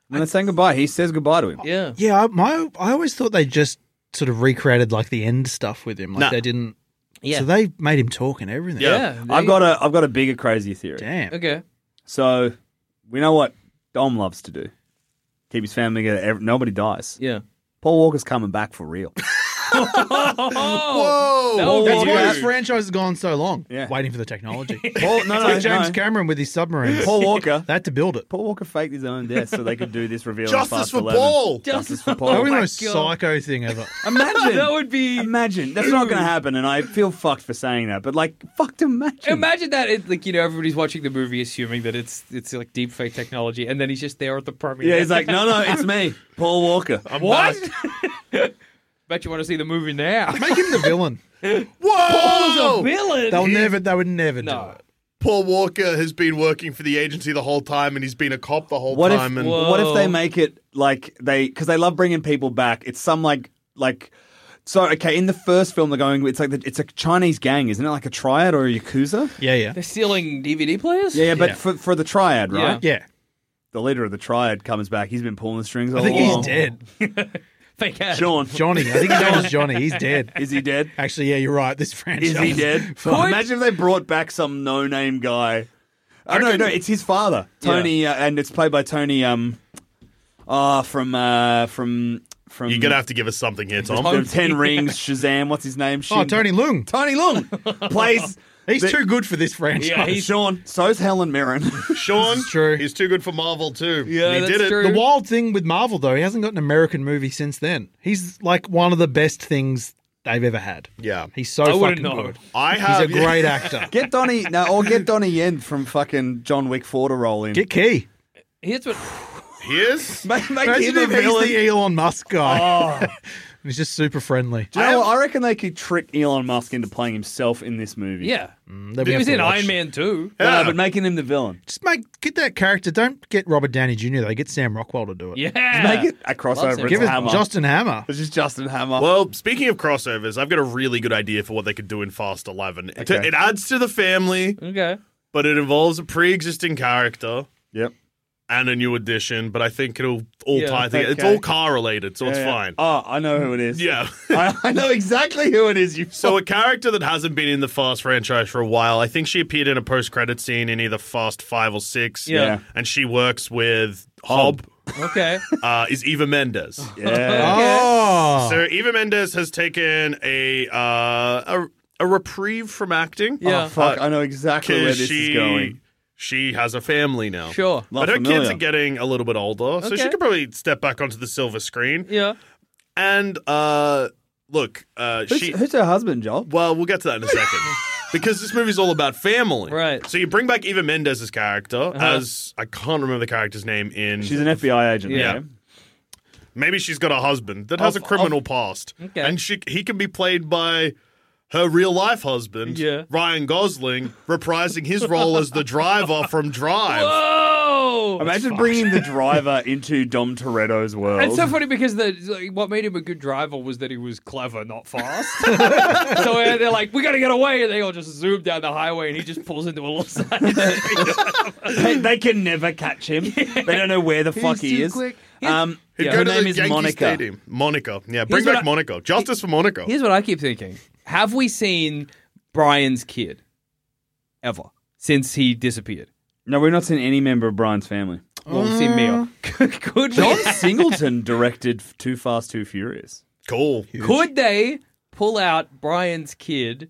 S5: When they're saying goodbye, he says goodbye to him.
S7: yeah.
S6: yeah. I, my I always thought they just sort of recreated like the end stuff with him. Like
S4: Nah.
S6: they didn't.
S7: Yeah.
S6: So they made him talk and everything.
S4: Yeah.
S7: Yeah,
S5: I've got a I've got a bigger crazy theory.
S6: Damn.
S7: okay.
S5: So we know what Dom loves to do. Keep his family together. Every, nobody dies.
S7: Yeah.
S5: Paul Walker's coming back for real.
S4: Whoa!
S7: No,
S6: That's
S7: Dude.
S6: why this franchise has gone so long.
S5: Yeah.
S6: Waiting for the technology.
S5: Paul, no,
S6: It's
S5: no,
S6: like James
S5: no.
S6: Cameron with his submarines.
S5: Paul Walker.
S6: They had to build it.
S5: Paul Walker faked his own death so they could do this reveal. on
S4: Justice
S5: Fast
S4: for
S5: 11.
S4: Paul.
S5: Justice for
S6: Probably
S5: Paul.
S6: the
S7: Oh my
S6: most
S7: God.
S6: psycho thing ever.
S5: Imagine
S7: That would be-
S5: Imagine that's not going to happen, and I feel fucked for saying that. But like, fucked. Imagine.
S7: Imagine that it's like you know everybody's watching the movie assuming that it's it's like deep fake technology, and then he's just there at the premiere.
S5: Yeah, he's like, no, no, it's me, Paul Walker. I'm
S7: what? Bet you want to see the movie now.
S6: Make him the villain.
S4: Whoa!
S7: Villain.
S6: They'll never. They would never do
S7: No.
S6: it.
S4: Paul Walker has been working for the agency the whole time, and he's been a cop the whole
S5: What if
S4: time. and
S7: Whoa.
S5: what if they make it like they because they love bringing people back? It's some like like so okay in the first film they're going it's like the, it's a Chinese gang, isn't it? Like a triad or a yakuza?
S6: Yeah, yeah,
S7: They're stealing DVD players.
S5: Yeah, yeah, but
S6: Yeah.
S5: for for the triad, right?
S6: yeah.
S5: The leader of the triad comes back. He's been pulling the strings. All
S6: I think
S5: along.
S6: he's dead.
S7: fake ass.
S5: Sean,
S6: Johnny. I think his name is Johnny. He's dead.
S5: is he dead?
S6: Actually, yeah, you're right. This franchise.
S5: Is he dead?
S6: Fuck.
S5: Imagine if they brought back some no-name guy. Oh, no, no, it's his father, Tony, uh, and it's played by Tony. Um, ah, from uh, from from
S4: You're gonna have to give us something here, Tom.
S5: The Ten Rings, Shazam. What's his name?
S6: Oh,
S5: Shin-
S6: Tony Lung.
S5: Tony Long plays.
S6: He's
S5: the-
S6: too good for this franchise.
S7: Yeah, he's-
S5: Sean. So's Helen Mirren.
S4: Sean,
S6: It's true.
S4: he's too good for Marvel too.
S7: Yeah,
S4: and he
S7: that's
S4: did it.
S7: true.
S6: The wild thing with Marvel, though, he hasn't got an American movie since then. He's like one of the best things they've ever had.
S4: Yeah.
S6: He's so
S7: I wouldn't
S6: fucking
S7: know.
S6: good.
S4: I
S6: He's a
S4: have
S6: great actor. Get,
S5: get Donnie. No, or get Donnie Yen from fucking John Wick Four to roll in.
S6: Get Key.
S7: Here's what.
S4: Here's
S5: make make him
S6: Imagine
S5: a
S6: if he's
S5: villain.
S6: the Elon Musk
S4: Oh.
S6: guy. he's just super friendly.
S5: Do you know what? I reckon they could trick Elon Musk into playing himself in this movie.
S7: Yeah,
S6: Mm, That we
S7: he
S6: have
S7: was
S6: to
S7: in
S6: watch.
S7: Iron Man 2.
S5: No, no, but making him the villain.
S6: Just make get that character. Don't get Robert Downey Jr. They get Sam Rockwell to do it.
S7: Yeah,
S5: Make it a
S7: Loves him.
S5: crossover. It's
S6: Give us
S5: Hammer.
S6: Justin Hammer.
S5: It's just Justin Hammer.
S4: well. Speaking of crossovers, I've got a really good idea for what they could do in Fast Eleven. It-
S5: Okay.
S4: it adds to the family,
S7: Okay.
S4: but it involves a pre-existing character.
S5: yep.
S4: and a new addition, but I think it'll all
S7: Yeah,
S4: tie. together. It's
S5: okay.
S4: all car related, so it's
S5: Yeah.
S4: fine.
S5: Oh, I know who it is.
S4: yeah.
S5: I, I know exactly who it is. You
S4: so a character that hasn't been in the Fast franchise for a while. I think she appeared in a post-credit scene in either Fast Five or Six.
S7: Yeah.
S5: Yeah.
S4: And she works with Hob.
S7: Okay.
S4: Uh, is Eva Mendes.
S5: Yeah.
S6: Oh,
S4: So Eva Mendes has taken a uh, a, a reprieve from acting. Uh,
S7: Yeah.
S5: Oh, fuck, I know exactly where
S4: Because
S5: this
S4: she
S5: is going.
S4: she has a family now.
S7: Sure.
S5: Not
S4: But her
S5: familiar.
S4: kids are getting a little bit older, so she
S7: Okay.
S4: could probably step back onto the silver screen.
S7: Yeah.
S4: and uh look, uh,
S5: Who's,
S4: she.
S5: who's her husband, Joel?
S4: Well, we'll get to that in a second. because this movie's all about family.
S7: Right. Uh-huh.
S4: So you bring back Eva Mendez's character as I can't remember the character's name in
S5: She's an FBI agent.
S4: Yeah.
S5: Yeah.
S4: maybe she's got a husband that has a
S7: Of-
S4: criminal past.
S7: Okay.
S4: And she he can be played by her real life husband,
S7: Yeah.
S4: Ryan Gosling, reprising his role as the driver from Drive.
S7: Oh!
S5: Imagine bringing the driver into Dom Toretto's world.
S7: It's so funny because the like, what made him a good driver was that he was clever, not fast. so uh, they're like, "We got to get away," and they all just zoom down the highway, and he just pulls into a little side. street.
S5: they, they can never catch him. They don't know where the fuck he
S7: too
S5: is.
S7: quick.
S5: Um,
S4: He'd
S5: her
S4: go to
S5: name
S4: the
S5: is
S4: Yankee
S5: Monica.
S4: Stadium. Monica. Yeah, bring
S7: Here's what
S4: back
S7: I-
S4: Monica. Justice for Monica.
S7: Here's what I keep thinking: Have we seen Brian's kid ever since he disappeared?
S5: No, we've not seen any member of Brian's family.
S7: Well, we've seen Mia. could
S5: Uh. John
S7: we?
S5: Singleton directed Too Fast, Too Furious.
S4: Cool.
S7: Could they pull out Brian's kid,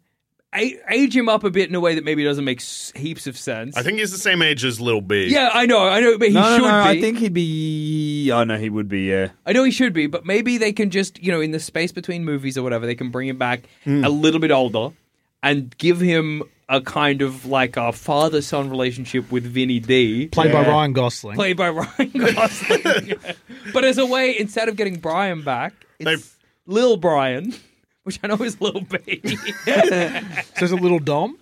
S7: a- age him up a bit in a way that maybe doesn't make s- heaps of sense?
S4: I think he's the same age as Lil B.
S7: Yeah, I know, I know, but he
S5: no, no,
S7: should
S5: no.
S7: be.
S5: I think he'd be. Oh no, he would be. Yeah.
S7: I know he should be, but maybe they can just, you know, in the space between movies or whatever, they can bring him back a
S4: Mm.
S7: little bit older and give him a kind of like a father son relationship with Vinny D.
S6: Played by Ryan Gosling.
S7: Played by Ryan Gosling. Yeah. But as a way, instead of getting Brian back, it's Lil Brian, which I know is Lil B.
S6: So there's a little Dom.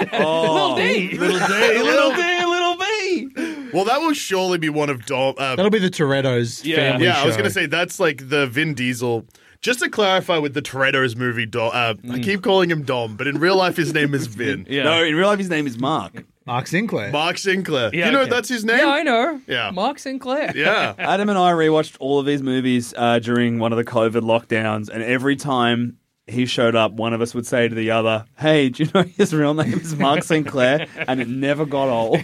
S7: Lil D.
S4: Little Oh. D,
S7: Lil
S4: Little D.
S7: D, Lil B.
S4: Well, that will surely be one of Dom. Uh,
S6: That'll be the Toretto's
S7: Yeah.
S6: family
S4: yeah, I was
S6: show.
S4: going to say that's like the Vin Diesel. Just to clarify with the Toretto's movie, Dom, uh, I
S5: Mm.
S4: keep calling him Dom, but in real life his name is Vin.
S7: Yeah.
S5: No, in real life, his name is Mark.
S6: Mark Sinclair.
S4: Mark Sinclair.
S7: Yeah,
S4: you know
S7: okay.
S4: that's his name?
S7: Yeah, I know.
S4: Yeah.
S7: Mark Sinclair.
S4: Yeah.
S5: Adam and I rewatched all of these movies uh, during one of the COVID lockdowns, and every time he showed up, one of us would say to the other, "Hey, do you know his real name is Mark Sinclair?" And it never got old.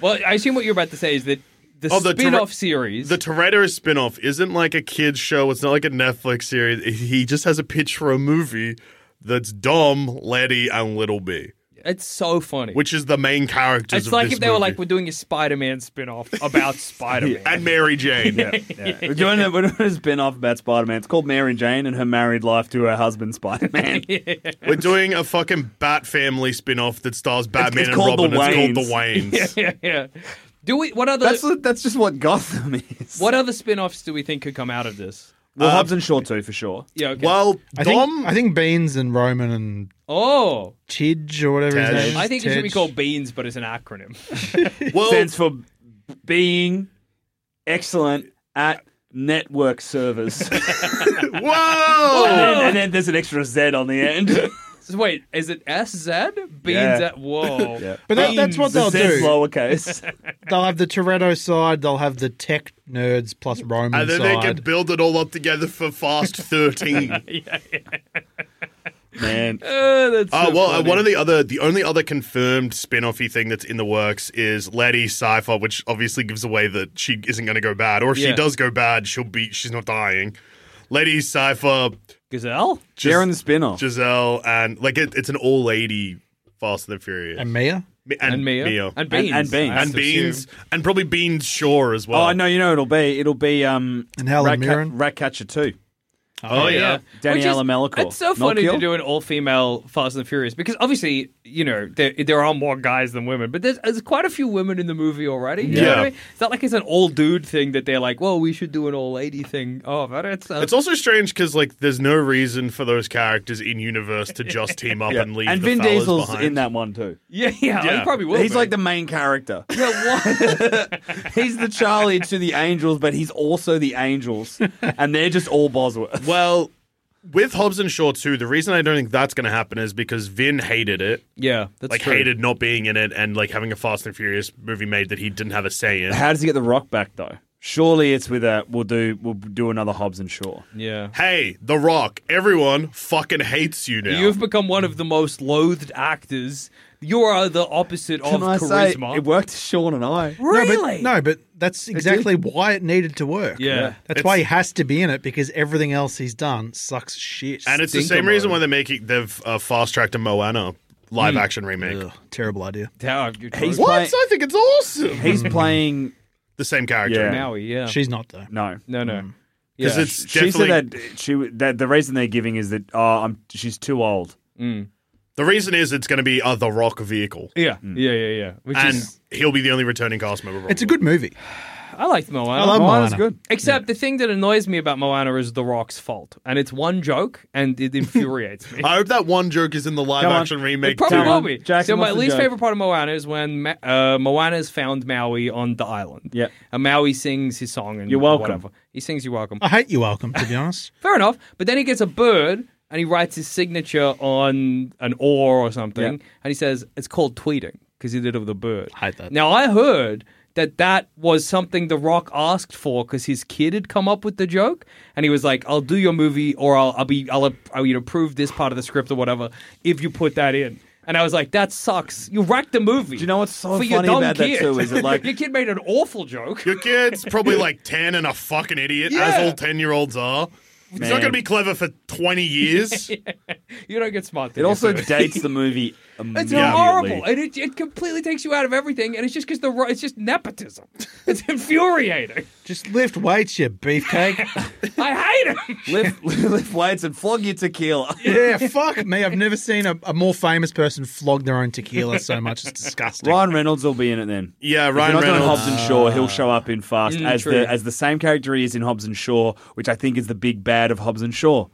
S7: Well, I assume what you're about to say is that the
S4: Oh, the
S7: spin off
S4: Tor-
S7: series.
S4: The Toretto's spin-off isn't like a kid's show. It's not like a Netflix series. He just has a pitch for a movie that's Dom, Letty, and Little B,
S7: it's so funny.
S4: which is the main characters
S7: It's
S4: of
S7: like
S4: this
S7: if they were
S4: movie.
S7: like, we're doing a Spider-Man spin-off about Spider-Man.
S4: and Mary Jane.
S5: We're doing a, we're doing a spin-off about Spider-Man. It's called Mary Jane and her married life to her husband Spider-Man.
S4: We're doing a fucking Bat Family spin-off that stars
S5: it's
S4: Batman and
S5: called The
S4: Robin. It's called The
S5: Wayans.
S4: Waynes.
S7: yeah, yeah. Do we? What other?
S5: That's what- that's just what Gotham is.
S7: what other spin-offs do we think could come out of this?
S5: Well, Hobbs and Shaw too for sure.
S7: Yeah. Okay.
S4: Well,
S6: I
S4: Dom.
S6: think, I think Beans and Roman and
S7: oh,
S6: Tidge or whatever his
S4: Tej.
S6: name is.
S7: I think it should be
S6: Tej.
S7: called Beans, but it's an acronym.
S4: well,
S5: Stands for b- being excellent at network servers.
S4: whoa!
S5: and, then, and then there's an extra Z on the end.
S7: So wait, is it S Z Beans?
S5: Yeah.
S7: At, whoa.
S6: But that, that's what
S5: the
S6: they'll
S5: Z's
S6: do.
S5: lowercase.
S6: They'll have the Toretto side. They'll have the tech nerds plus Roman
S4: And then they
S6: side.
S4: can build it all up together for Fast 13.
S5: Man,
S7: Uh, that's
S4: Uh,
S7: so
S4: well, uh,
S7: funny.
S4: one of the other, the only other confirmed spin-offy thing that's in the works is Letty Cypher, which obviously gives away that she isn't going to go bad, or if she
S7: Yeah.
S4: does go bad, she'll be she's not dying. Letty Cypher,
S7: Gazelle.
S4: Gis-
S5: They're in the spin-off.
S4: Giselle, and like it, it's an all lady Fast and the Furious,
S6: and Mia.
S4: Mi-
S7: And Mia. And
S5: And-
S7: Beans.
S5: and Beans.
S7: I
S4: and
S7: assume.
S4: Beans, and probably Beans Shaw as well.
S5: oh no, you know it'll be it'll be um
S6: And Helen
S5: Ratca-
S6: Mirren.
S5: Ratcatcher two.
S4: Oh, yeah.
S5: Daniela
S7: Which is-
S5: Melikor.
S7: It's so funny
S5: Melchior?
S7: to do an all-female Fast and the Furious because obviously, you know, there, there are more guys than women, but there's, there's quite a few women in the movie already. You know what
S4: Yeah.
S7: I mean? It's not like it's an all-dude thing that they're like, well, we should do an all-lady thing. Oh, but it's... Uh,
S4: It's also strange because like there's no reason for those characters in universe to just team up
S5: Yeah.
S4: and leave.
S5: and
S4: the
S5: Vin
S4: fellas
S5: Diesel's
S4: behind.
S5: in that one too.
S7: yeah, yeah,
S4: Yeah.
S7: you probably will.
S5: he's
S7: be.
S5: like the main character.
S7: Yeah, what?
S5: He's the Charlie to the Angels, but he's also the Angels, and they're just all Bosworth.
S4: Well, with Hobbs and Shaw too, the reason I don't think that's going to happen is because Vin hated it,
S7: yeah, that's
S4: like
S7: true.
S4: hated not being in it, and like having a Fast and Furious movie made that he didn't have a say in.
S5: How does he get the Rock back though? Surely it's with a we'll do we'll do another Hobbs and Shaw.
S7: Yeah.
S4: Hey, The Rock, everyone fucking hates you now.
S7: You've become one of the most loathed actors. You are the opposite of charisma.
S5: it worked, Sean and I.
S7: Really?
S6: No, but that's exactly why it needed to work.
S7: Yeah.
S6: That's why he has to be in it because everything else he's done sucks shit.
S4: and it's the
S7: Stinker
S4: same reason
S7: mode. Hmm.
S4: why they're making they've uh, fast tracked a Moana live action remake.
S6: Ugh, terrible idea.
S7: Damn, you're
S5: He's
S7: joking.
S4: What?
S5: Play-
S4: I think it's awesome.
S5: He's playing.
S4: the same character.
S5: Yeah.
S7: Maui, yeah.
S6: She's not though.
S5: No,
S7: No, no.
S4: because
S7: Yeah.
S4: it's
S5: She
S4: definitely
S5: said that she that the reason they're giving is that oh, I'm, she's too old.
S4: the reason is it's going to be a The Rock vehicle,
S7: Yeah, yeah, yeah, yeah. Which
S4: Mm. and
S7: is
S4: he'll be the only returning cast member.
S6: It's a
S4: probably.
S6: good movie.
S7: I liked Moana.
S6: I love
S5: Moana's
S6: Moana.
S5: good.
S7: Except the thing that annoys me about Moana is The Rock's fault, and it's one joke, and it infuriates me.
S4: I hope that one joke is in the live
S5: Come on.
S4: action
S7: It
S4: remake.
S7: probably
S4: too.
S5: Come
S7: will
S5: on,
S7: be.
S5: Jackson,
S7: so my
S5: what's the
S7: least
S5: joke?
S7: favorite part of Moana is when Ma- uh, Moana's found Maui on the island.
S5: Yeah.
S7: and Maui sings his song. And
S5: You're welcome.
S7: Whatever. He sings "You're Welcome."
S6: I hate you, Welcome, to be honest.
S7: Fair enough. But then he gets a bird, and he writes his signature on an oar or something,
S5: Yeah.
S7: and he says it's called tweeting because he did it of the bird.
S6: hate that.
S7: Now I heard that that was something The Rock asked for because his kid had come up with the joke, and he was like, "I'll do your movie, or I'll, I'll be I'll, I'll you know approve this part of the script or whatever if you put that in." And I was like, "That sucks. You wrecked the movie."
S5: Do you know what's so
S7: for your
S5: funny
S7: dumb
S5: about that
S7: kid.
S5: too is that, like-
S7: your kid made an awful joke.
S4: Your kid's probably like 10 and a fucking idiot, as
S7: Yeah.
S4: all 10 year olds are. He's not
S5: Man.
S4: going to be clever for 20 years.
S7: You don't get smart.
S5: It also dates the movie. um,
S7: It's
S5: immediately.
S7: horrible, and it, it completely takes you out of everything. And it's just because the Ro- it's just nepotism. It's infuriating.
S6: Just lift weights, you beefcake.
S7: I hate him.
S5: lift, lift weights and flog your tequila.
S6: yeah, fuck me. I've never seen a, a more famous person flog their own tequila so much. It's disgusting.
S5: Ryan Reynolds will be in it then.
S4: Yeah,
S5: If
S4: Ryan
S5: you're not doing
S4: Reynolds.
S5: Hobbs and Shaw. He'll show up in Fast
S7: Ah. Mm,
S5: as
S7: true.
S5: the as the same character he is in Hobbs and Shaw, which I think is the big bad of Hobbs and Shaw.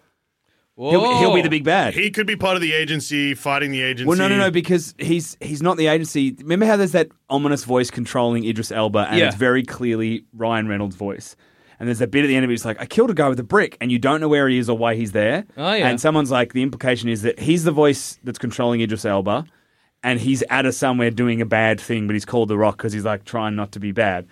S5: He'll, he'll be the big bad.
S4: He could be part of the agency, fighting the agency.
S5: Well, no, no, no, because he's he's not the agency. Remember how there's that ominous voice controlling Idris Elba, and
S7: Yeah.
S5: it's very clearly Ryan Reynolds' voice. And there's a bit at the end of it, it's like, I killed a guy with a brick, and you don't know where he is or why he's there.
S7: Oh, yeah.
S5: And someone's like, the implication is that he's the voice that's controlling Idris Elba, and he's out of somewhere doing a bad thing, but he's called The Rock because he's like trying not to be bad.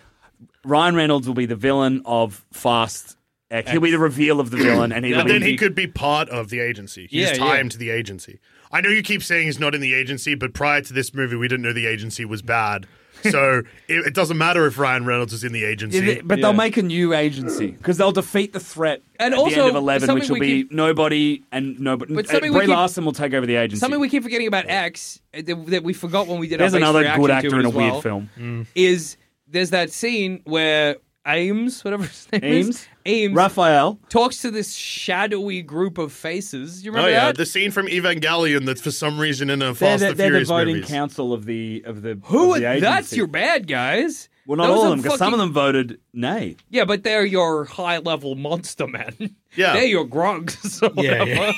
S5: Ryan Reynolds will be the villain of Fast X. He'll be the reveal of the villain, and he'll
S4: But
S5: be
S4: then he could be part of the agency. He's
S7: Yeah,
S4: tie
S7: yeah.
S4: him to the agency. I know you keep saying he's not in the agency, but prior to this movie, we didn't know the agency was bad. So it, it doesn't matter if Ryan Reynolds is in the agency.
S5: Yeah, they- but they'll make a new agency because they'll defeat the threat
S7: And
S5: at the
S7: also,
S5: end of eleven,
S7: something
S5: which
S7: we
S5: will be
S7: keep-
S5: nobody and nobody.
S7: But
S5: uh,
S7: something we
S5: Brie
S7: keep-
S5: Larson will take over the agency.
S7: Something we keep forgetting about X uh, that that we forgot when we did.
S5: There's
S7: our base
S5: another
S7: reaction
S5: good
S7: to
S5: actor
S7: it
S5: in a
S7: as
S5: weird
S7: well, Mm.
S5: film.
S7: Is there's that scene where Ames, whatever his name
S5: Ames,
S7: is, Ames
S5: Raphael.
S7: talks to this shadowy group of faces. You
S4: Oh
S7: remember
S4: yeah,
S7: that?
S4: the scene from Evangelion that's for some reason in a
S5: They're,
S4: Fast
S5: the,
S4: and
S5: they're the
S4: Furious
S5: voting
S4: movies.
S5: council of the of the
S7: Who?
S5: Of
S7: would-
S5: the agency.
S7: that's your bad guys.
S5: Well, not
S7: Those
S5: all
S7: are
S5: of them because some
S7: fucking-
S5: of them voted nay.
S7: Yeah, but they're your high level monster men.
S4: Yeah.
S7: they're your grungs. Or
S6: Yeah,
S7: whatever.
S6: yeah.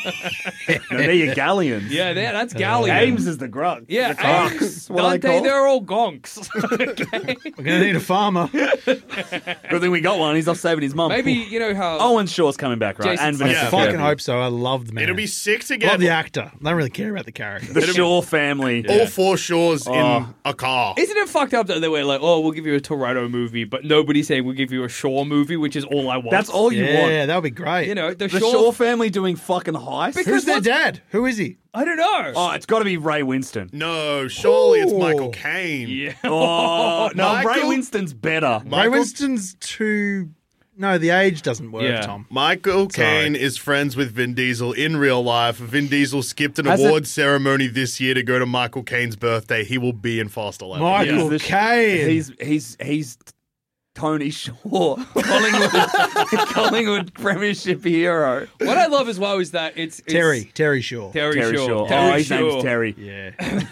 S7: yeah,
S5: No, they're your galleons.
S7: yeah. they're- That's Galleon.
S5: Uh, Ames is the grug.
S7: Yeah,
S5: the grug.
S7: Ames,
S5: What are they
S7: Dante,
S5: called?
S7: they're all gonks. okay.
S6: We're going to need a farmer.
S5: Good thing we got one. He's off saving his mum.
S7: Maybe you know how.
S5: Owen Shaw's coming back, right?
S7: Jason
S5: and
S7: Statham.
S5: Vanessa
S4: Yeah.
S6: Fucking
S5: Kirby.
S6: hope so. I love the man.
S4: It'll be sick to
S6: love
S4: get
S6: the actor. I don't really care about the character.
S5: the Shaw family.
S4: all four shores
S5: Oh.
S4: in a car.
S7: Isn't it fucked up that they were like, "Oh, we'll give you a Toretto movie," but nobody's saying we'll give you a Shaw movie, which is all I want.
S5: That's all you want.
S6: yeah, that would be great.
S7: you know. The,
S5: The
S7: Shaw,
S5: Shaw, family doing fucking heist?
S6: Who's their
S7: what's-
S6: dad? Who is he?
S7: I don't know. Uh,
S5: oh, it's got to be Ray Winston.
S4: no, surely it's Michael
S6: Ooh.
S4: Caine.
S7: yeah.
S5: Oh, no, Ray
S4: Michael-
S5: Winston's better.
S6: Ray
S4: Michael-
S6: Winston's too. No, the age doesn't work,
S7: Yeah.
S6: Tom.
S4: Michael
S6: Sorry.
S4: Caine is friends with Vin Diesel in real life. Vin Diesel skipped an
S5: Has
S4: award
S5: it-
S4: ceremony this year to go to Michael Caine's birthday. He will be in Fast 11.
S6: Michael
S5: He's the-
S6: Caine.
S5: He's he's he's Tony Shaw, Collingwood, Collingwood Premiership hero.
S7: What I love as well is that it's, it's
S6: Terry. Terry Shaw.
S7: Terry,
S5: Terry
S7: Shaw.
S5: Shaw.
S7: Terry
S5: oh, his
S7: Shaw.
S5: name's Terry.
S6: Yeah.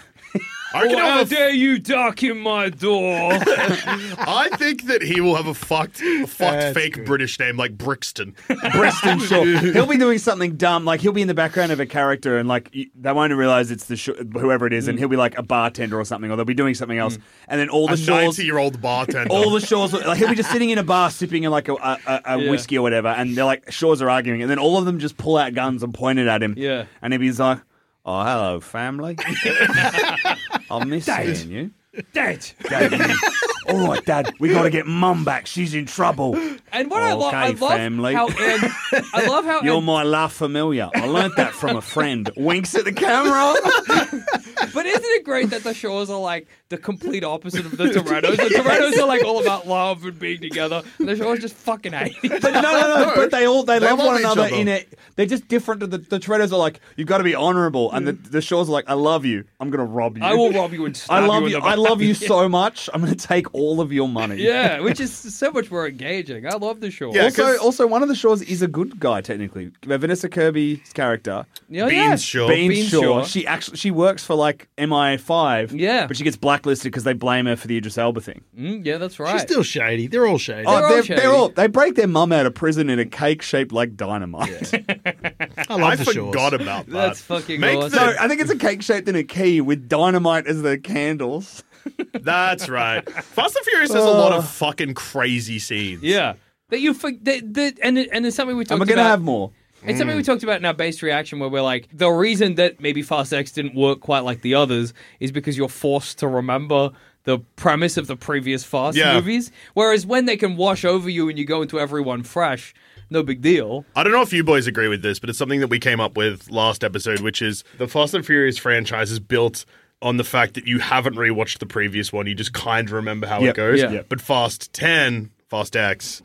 S4: I, reckon
S7: Oh,
S4: he'll
S7: how
S4: have a-
S7: dare you duck in my door?
S4: I think that he will have a fucked, a fucked
S6: That's
S4: fake
S6: good.
S4: British name like Brixton.
S5: Preston Shaw. He'll be doing something dumb, like he'll be in the background of a character, and like you- they won't realize it's the Shaw, whoever it is, and he'll be like a bartender or something, or they'll be doing something else, and then all the
S4: a
S5: Shaws.
S4: 90 year old bartender.
S5: All the Shaws, like he'll be just sitting in a bar sipping in like a, a, a, a
S7: Yeah.
S5: whiskey or whatever, and they're like Shaws are arguing, and then all of them just pull out guns and point it at him.
S7: Yeah.
S5: and he'll be like, "Oh, hello, family. I miss seeing you,
S7: Dead.
S5: Dad. all right, Dad, we got to get Mum back. She's in trouble.
S7: And what I love, I
S5: Okay,
S7: love
S5: family.
S7: how Ed, I love how
S5: You're
S7: Ed,
S5: my la familia. I learnt that from a friend. Winks at the camera.
S7: but isn't it great that the Shaws are like the complete opposite of the Toretto's. The Toretto's are like all about love and being together. And the Shaw's just fucking hate each
S5: But no, no, no. But they all they,
S4: They
S5: love,
S4: love
S5: one
S4: each
S5: another
S4: other.
S5: in it. They're just different. To the the Toretto's are like, you've got to be honourable, and the
S4: Mm.
S5: the Shaws are like, I love you. I'm gonna rob you.
S7: I will rob you and stab
S5: I love
S7: you. in
S5: you.
S7: the
S5: I
S7: back."
S5: love you so much. I'm gonna take all of your money.
S7: Yeah, which is so much more engaging. I love the Shaw.
S4: Yeah,
S5: Also,
S4: 'cause-
S5: also one of the Shaws is a good guy technically. Vanessa Kirby's character,
S7: yeah,
S4: Beans
S7: yeah.
S4: Shaw.
S5: Bean,
S7: Bean
S5: Shaw,
S7: Shaw.
S5: she actually she works for like MI5.
S7: Yeah.
S5: but she gets blacklisted because they blame her for the Idris Elba thing.
S7: Mm, yeah, that's right.
S6: She's still shady. They're all shady.
S5: Oh,
S7: all
S5: they're,
S7: shady.
S5: they're all they break their mum out of prison in a cake shaped like dynamite.
S6: I love
S4: I
S6: the Shores.
S4: forgot about that.
S7: That's fucking
S4: Make
S7: awesome.
S5: No, I think it's a cake shaped in a key with dynamite as the candles.
S4: That's right. Fast and Furious has a lot of fucking crazy scenes.
S7: yeah. That you for, that, that, and it- and it's something we talked
S5: And we're
S7: about.
S5: gonna have more.
S7: It's something we talked about in our base reaction where we're like, the reason that maybe Fast X didn't work quite like the others is because you're forced to remember the premise of the previous Fast
S4: Yeah.
S7: movies. Whereas when they can wash over you and you go into everyone fresh, no big deal.
S4: I don't know if you boys agree with this, but it's something that we came up with last episode, which is the Fast and Furious franchise is built on the fact that you haven't rewatched the previous one. You just kind of remember how
S5: Yep.
S4: it goes.
S7: Yeah. Yep.
S4: But Fast 10, Fast X,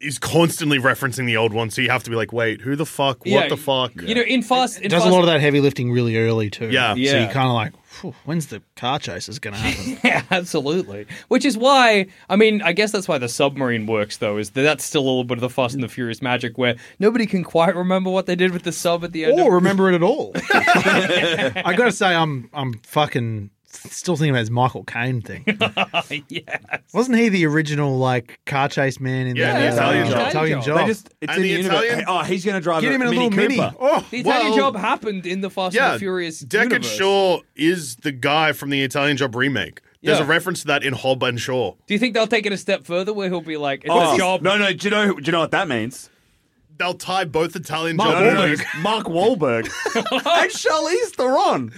S4: is constantly referencing the old one. So you have to be like, wait, who the fuck? What
S7: Yeah,
S4: the fuck?
S7: You know, in Fast, in
S6: Does
S7: Fast,
S6: a lot of that heavy lifting really early too.
S4: Yeah.
S6: So
S7: Yeah.
S6: you're kind of like, "Phew, when's the car chases going to happen?
S7: Yeah, absolutely. Which is why, I mean, I guess that's why the submarine works, though, is that that's still a little bit of the Fast and the Furious magic where nobody can quite remember what they did with the sub at the end.
S6: or
S7: of-
S6: remember it at all? I got to say, I'm I'm fucking still thinking about his Michael Caine thing.
S7: yeah.
S6: Wasn't he the original like car chase man in
S4: Yeah,
S6: the,
S4: the Italian
S6: uh,
S4: job.
S6: Italian job?
S5: They just it's
S4: And
S5: in
S4: the
S5: universe.
S4: Italian-
S5: Oh, he's gonna drive
S6: Get him in a
S5: Mini
S6: little mini.
S5: Cooper.
S6: Oh,
S7: The Italian
S4: Well-
S7: job happened in the Fast and
S4: Yeah,
S7: the Furious
S4: Deckard
S7: universe.
S4: Shaw is the guy from the Italian Job remake. There's
S7: Yeah.
S4: a reference to that in Hob and Shaw.
S7: Do you think they'll take it a step further where he'll be like, it's
S5: Oh,
S7: a job?
S5: No, no. Do you know? Do you know what that means?
S4: They'll tie both Italian
S6: Mark
S4: Job
S5: No, no, no,
S6: Wahlberg.
S4: remakes.
S5: it's Mark Wahlberg and Charlize Theron.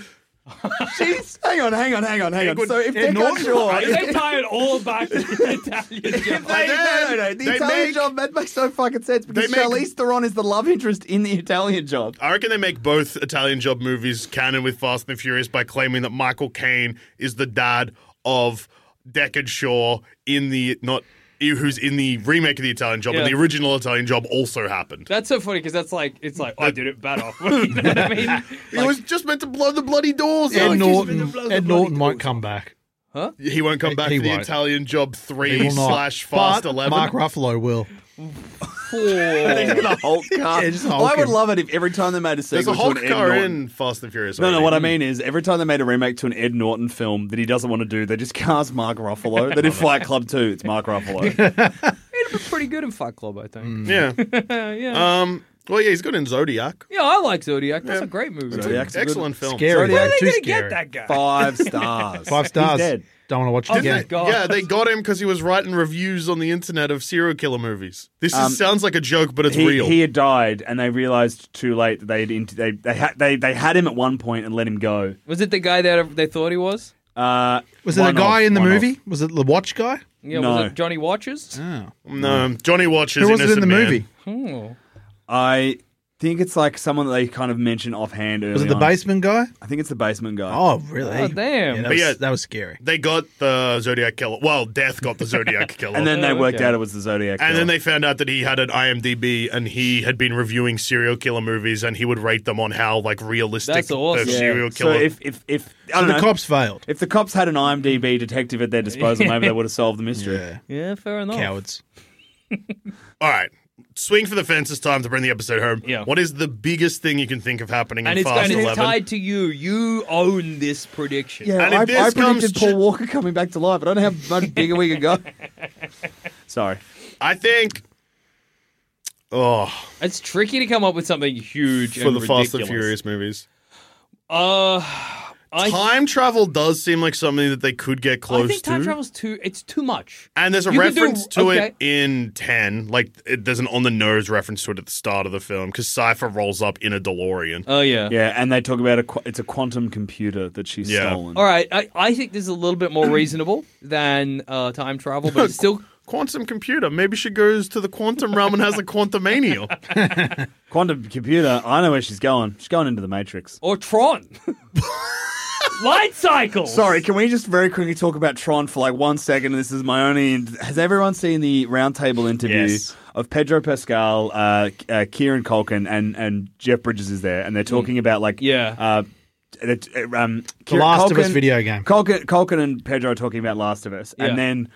S5: She's hang on, hang on, hang on, hang on.
S4: Edward-
S5: So if they're
S6: Ed
S5: not
S6: Norton.
S5: sure,
S7: If they tie it all back to the Italian
S5: If
S7: job.
S5: they, no, no,
S4: then
S5: no. The
S4: they
S5: Italian
S4: make-
S5: job that makes no fucking sense because
S4: They make-
S5: Charlize Theron is the love interest in the Italian job.
S4: I reckon they make both Italian Job movies canon with Fast and the Furious by claiming that Michael Caine is the dad of Deckard Shaw in the not who's in the remake of the Italian Job, and
S7: Yeah.
S4: the original Italian Job also happened.
S7: That's so funny because that's like, it's like, I did it better. you know what I mean?
S4: He was just meant to blow the bloody doors.
S6: Ed
S4: out.
S6: Norton. Ed Norton might come back.
S4: He won't come back
S6: He
S4: to the
S6: won't.
S4: Italian Job
S6: He
S4: three
S6: will not.
S4: slash Fast
S6: But
S4: Eleven.
S6: Mark Ruffalo will.
S5: They're gonna Hulk car. Oh,
S6: Yeah, just
S5: I
S6: Hulk
S5: would
S6: him.
S5: love it if every time they made a sequel
S4: There's a
S5: to an
S4: Hulk
S5: Ed
S4: car
S5: Norton-
S4: in Fast and Furious.
S5: No, no.
S4: already.
S5: What I mean is, every time they made a remake to an Ed Norton film that he doesn't want to do, they just cast Mark Ruffalo. they did Fight Club 2, It's Mark Ruffalo.
S7: It'd be pretty good in Fight Club, I think.
S6: Mm.
S4: yeah,
S7: yeah.
S4: um, well, yeah, he's good in Zodiac.
S7: yeah, I like Zodiac. That's a great movie.
S5: Zodiac's a good
S4: Excellent film.
S6: Scary.
S7: Where are
S6: though,
S7: they
S6: Too
S7: going to
S6: scary.
S7: get that guy?
S5: Five stars.
S6: Five stars.
S5: dead.
S6: Don't want to watch it
S7: Oh,
S6: again.
S7: thank God.
S4: Yeah, they got him because he was writing reviews on the internet of serial killer movies. This is, sounds like a joke, but it's
S5: Um, He,
S4: real.
S5: he had died, and they realized too late that they'd int- they they had they they had him at one point and let him go.
S7: Was it the guy that they thought he was?
S5: Uh,
S6: Was it the
S5: one
S6: guy
S5: off,
S6: in the
S5: one off.
S6: movie? Was it the watch guy?
S7: Yeah,
S5: No.
S7: was it Johnny Watches?
S4: Um, no, Johnny Watches.
S6: Who was it in
S4: Innocent
S6: the
S4: Man.
S6: movie?
S7: Hmm.
S5: I think it's like someone that they kind of mentioned offhand. Early
S6: Was it the
S5: on.
S6: basement guy?
S5: I think it's the basement guy.
S6: Oh, really?
S7: Oh, damn.
S6: Yeah, that,
S4: But
S6: was,
S4: yeah-
S6: that was scary.
S4: They got the Zodiac killer. Well, Death got the Zodiac killer.
S5: and then they worked
S7: okay.
S5: out it was the Zodiac.
S4: And
S5: killer.
S4: then they found out that he had an IMDb and he had been reviewing serial killer movies and he would rate them on how like realistic
S7: That's awesome.
S4: the
S7: Yeah.
S4: serial
S5: so
S4: killer.
S5: if if if I don't
S6: The
S5: know,
S6: cops failed.
S5: if the cops had an IMDb detective at their disposal, maybe they would have solved the mystery.
S6: Yeah.
S7: Yeah, Oh. fair enough.
S6: Cowards.
S4: All right. Swing for the fences time to bring the episode home.
S7: Yeah.
S4: What is the biggest thing you can think of happening
S7: And
S4: in
S7: it's,
S4: Fast
S7: and it's
S4: 11?
S7: tied to you. You own this prediction.
S5: Yeah,
S4: And if
S5: I,
S4: this
S5: I
S4: comes
S5: predicted
S4: tr-
S5: Paul Walker coming back to life. I don't know how much bigger we could go. Sorry.
S4: I think Oh,
S7: It's tricky to come up with something huge
S4: for
S7: and
S4: the Fast and
S7: ridiculous.
S4: Furious movies.
S7: Uh, I,
S4: time travel does seem like something that they could get
S7: I
S4: close
S7: think time
S4: to.
S7: travel's too. It's too much.
S4: and there's a
S7: You could do-
S4: reference to
S7: okay.
S4: it in 10. Like, it, there's an on the nose reference to it at the start of the film because Cypher rolls up in a DeLorean.
S7: Oh yeah.
S5: Yeah, and they talk about a qu- it's a quantum computer that she's
S4: Yeah.
S5: stolen.
S7: All right. I, I think this is a little bit more reasonable than uh, time travel, but it's still
S4: quantum computer. Maybe she goes to the quantum realm and has a quantumania.
S5: Quantum computer. I know where she's going. She's going into the Matrix.
S7: or Tron. Light cycles.
S5: Sorry, can we just very quickly talk about Tron for like one second? This is my only. Has everyone seen the roundtable interview
S7: Yes.
S5: of Pedro Pascal, uh, uh, Kieran Culkin, and and Jeff Bridges is there, and they're talking about like
S7: Mm. Yeah.
S5: Uh, it- it, um, Kieran
S6: Last of Us
S5: Culkin-
S6: video game.
S5: Culkin, Culkin and Pedro are talking about Last of Us,
S7: Yeah.
S5: and then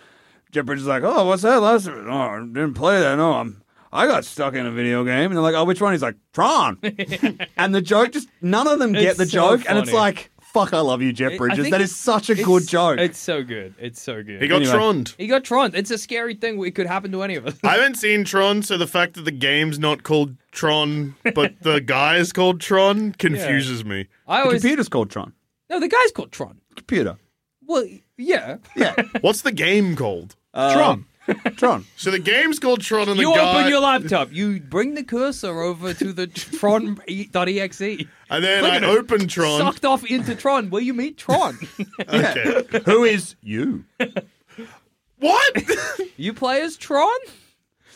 S5: Jeff Bridges is like, "Oh, what's that Last of Us? Oh, I didn't play that. No, I'm." I got stuck in a video game, and they're like, "Oh, which one?" He's like, "Tron," and the joke just none of them get
S7: It's
S5: the
S7: so
S5: joke, and it's
S7: funny.
S5: like, Fuck, I love you, Jeff
S7: I
S5: Bridges.
S7: think
S5: That
S7: it's-
S5: is such a
S7: it's-
S5: good joke.
S7: It's so good. It's so good.
S4: He got
S5: Anyway.
S4: troned.
S7: He got Tron. It's a scary thing. It could happen to any of us.
S4: I haven't seen Tron, so the fact that the game's not called Tron, but the guy is called Tron, confuses me.
S7: I
S5: the
S7: always
S5: computer's called Tron.
S7: no. The guy's called Tron.
S5: Computer.
S7: Well, yeah.
S5: Yeah,
S4: What's the game called?
S6: Tron.
S5: Tron.
S4: So the game's called Tron, and the
S7: you
S4: guy,
S7: open your laptop. You bring the cursor over to the Tron.exe.
S4: and then
S7: Look
S4: I
S7: at it.
S4: open Tron.
S7: Sucked off into Tron, where you meet Tron.
S4: Okay,
S5: Who is you?
S4: what?
S7: you play as Tron?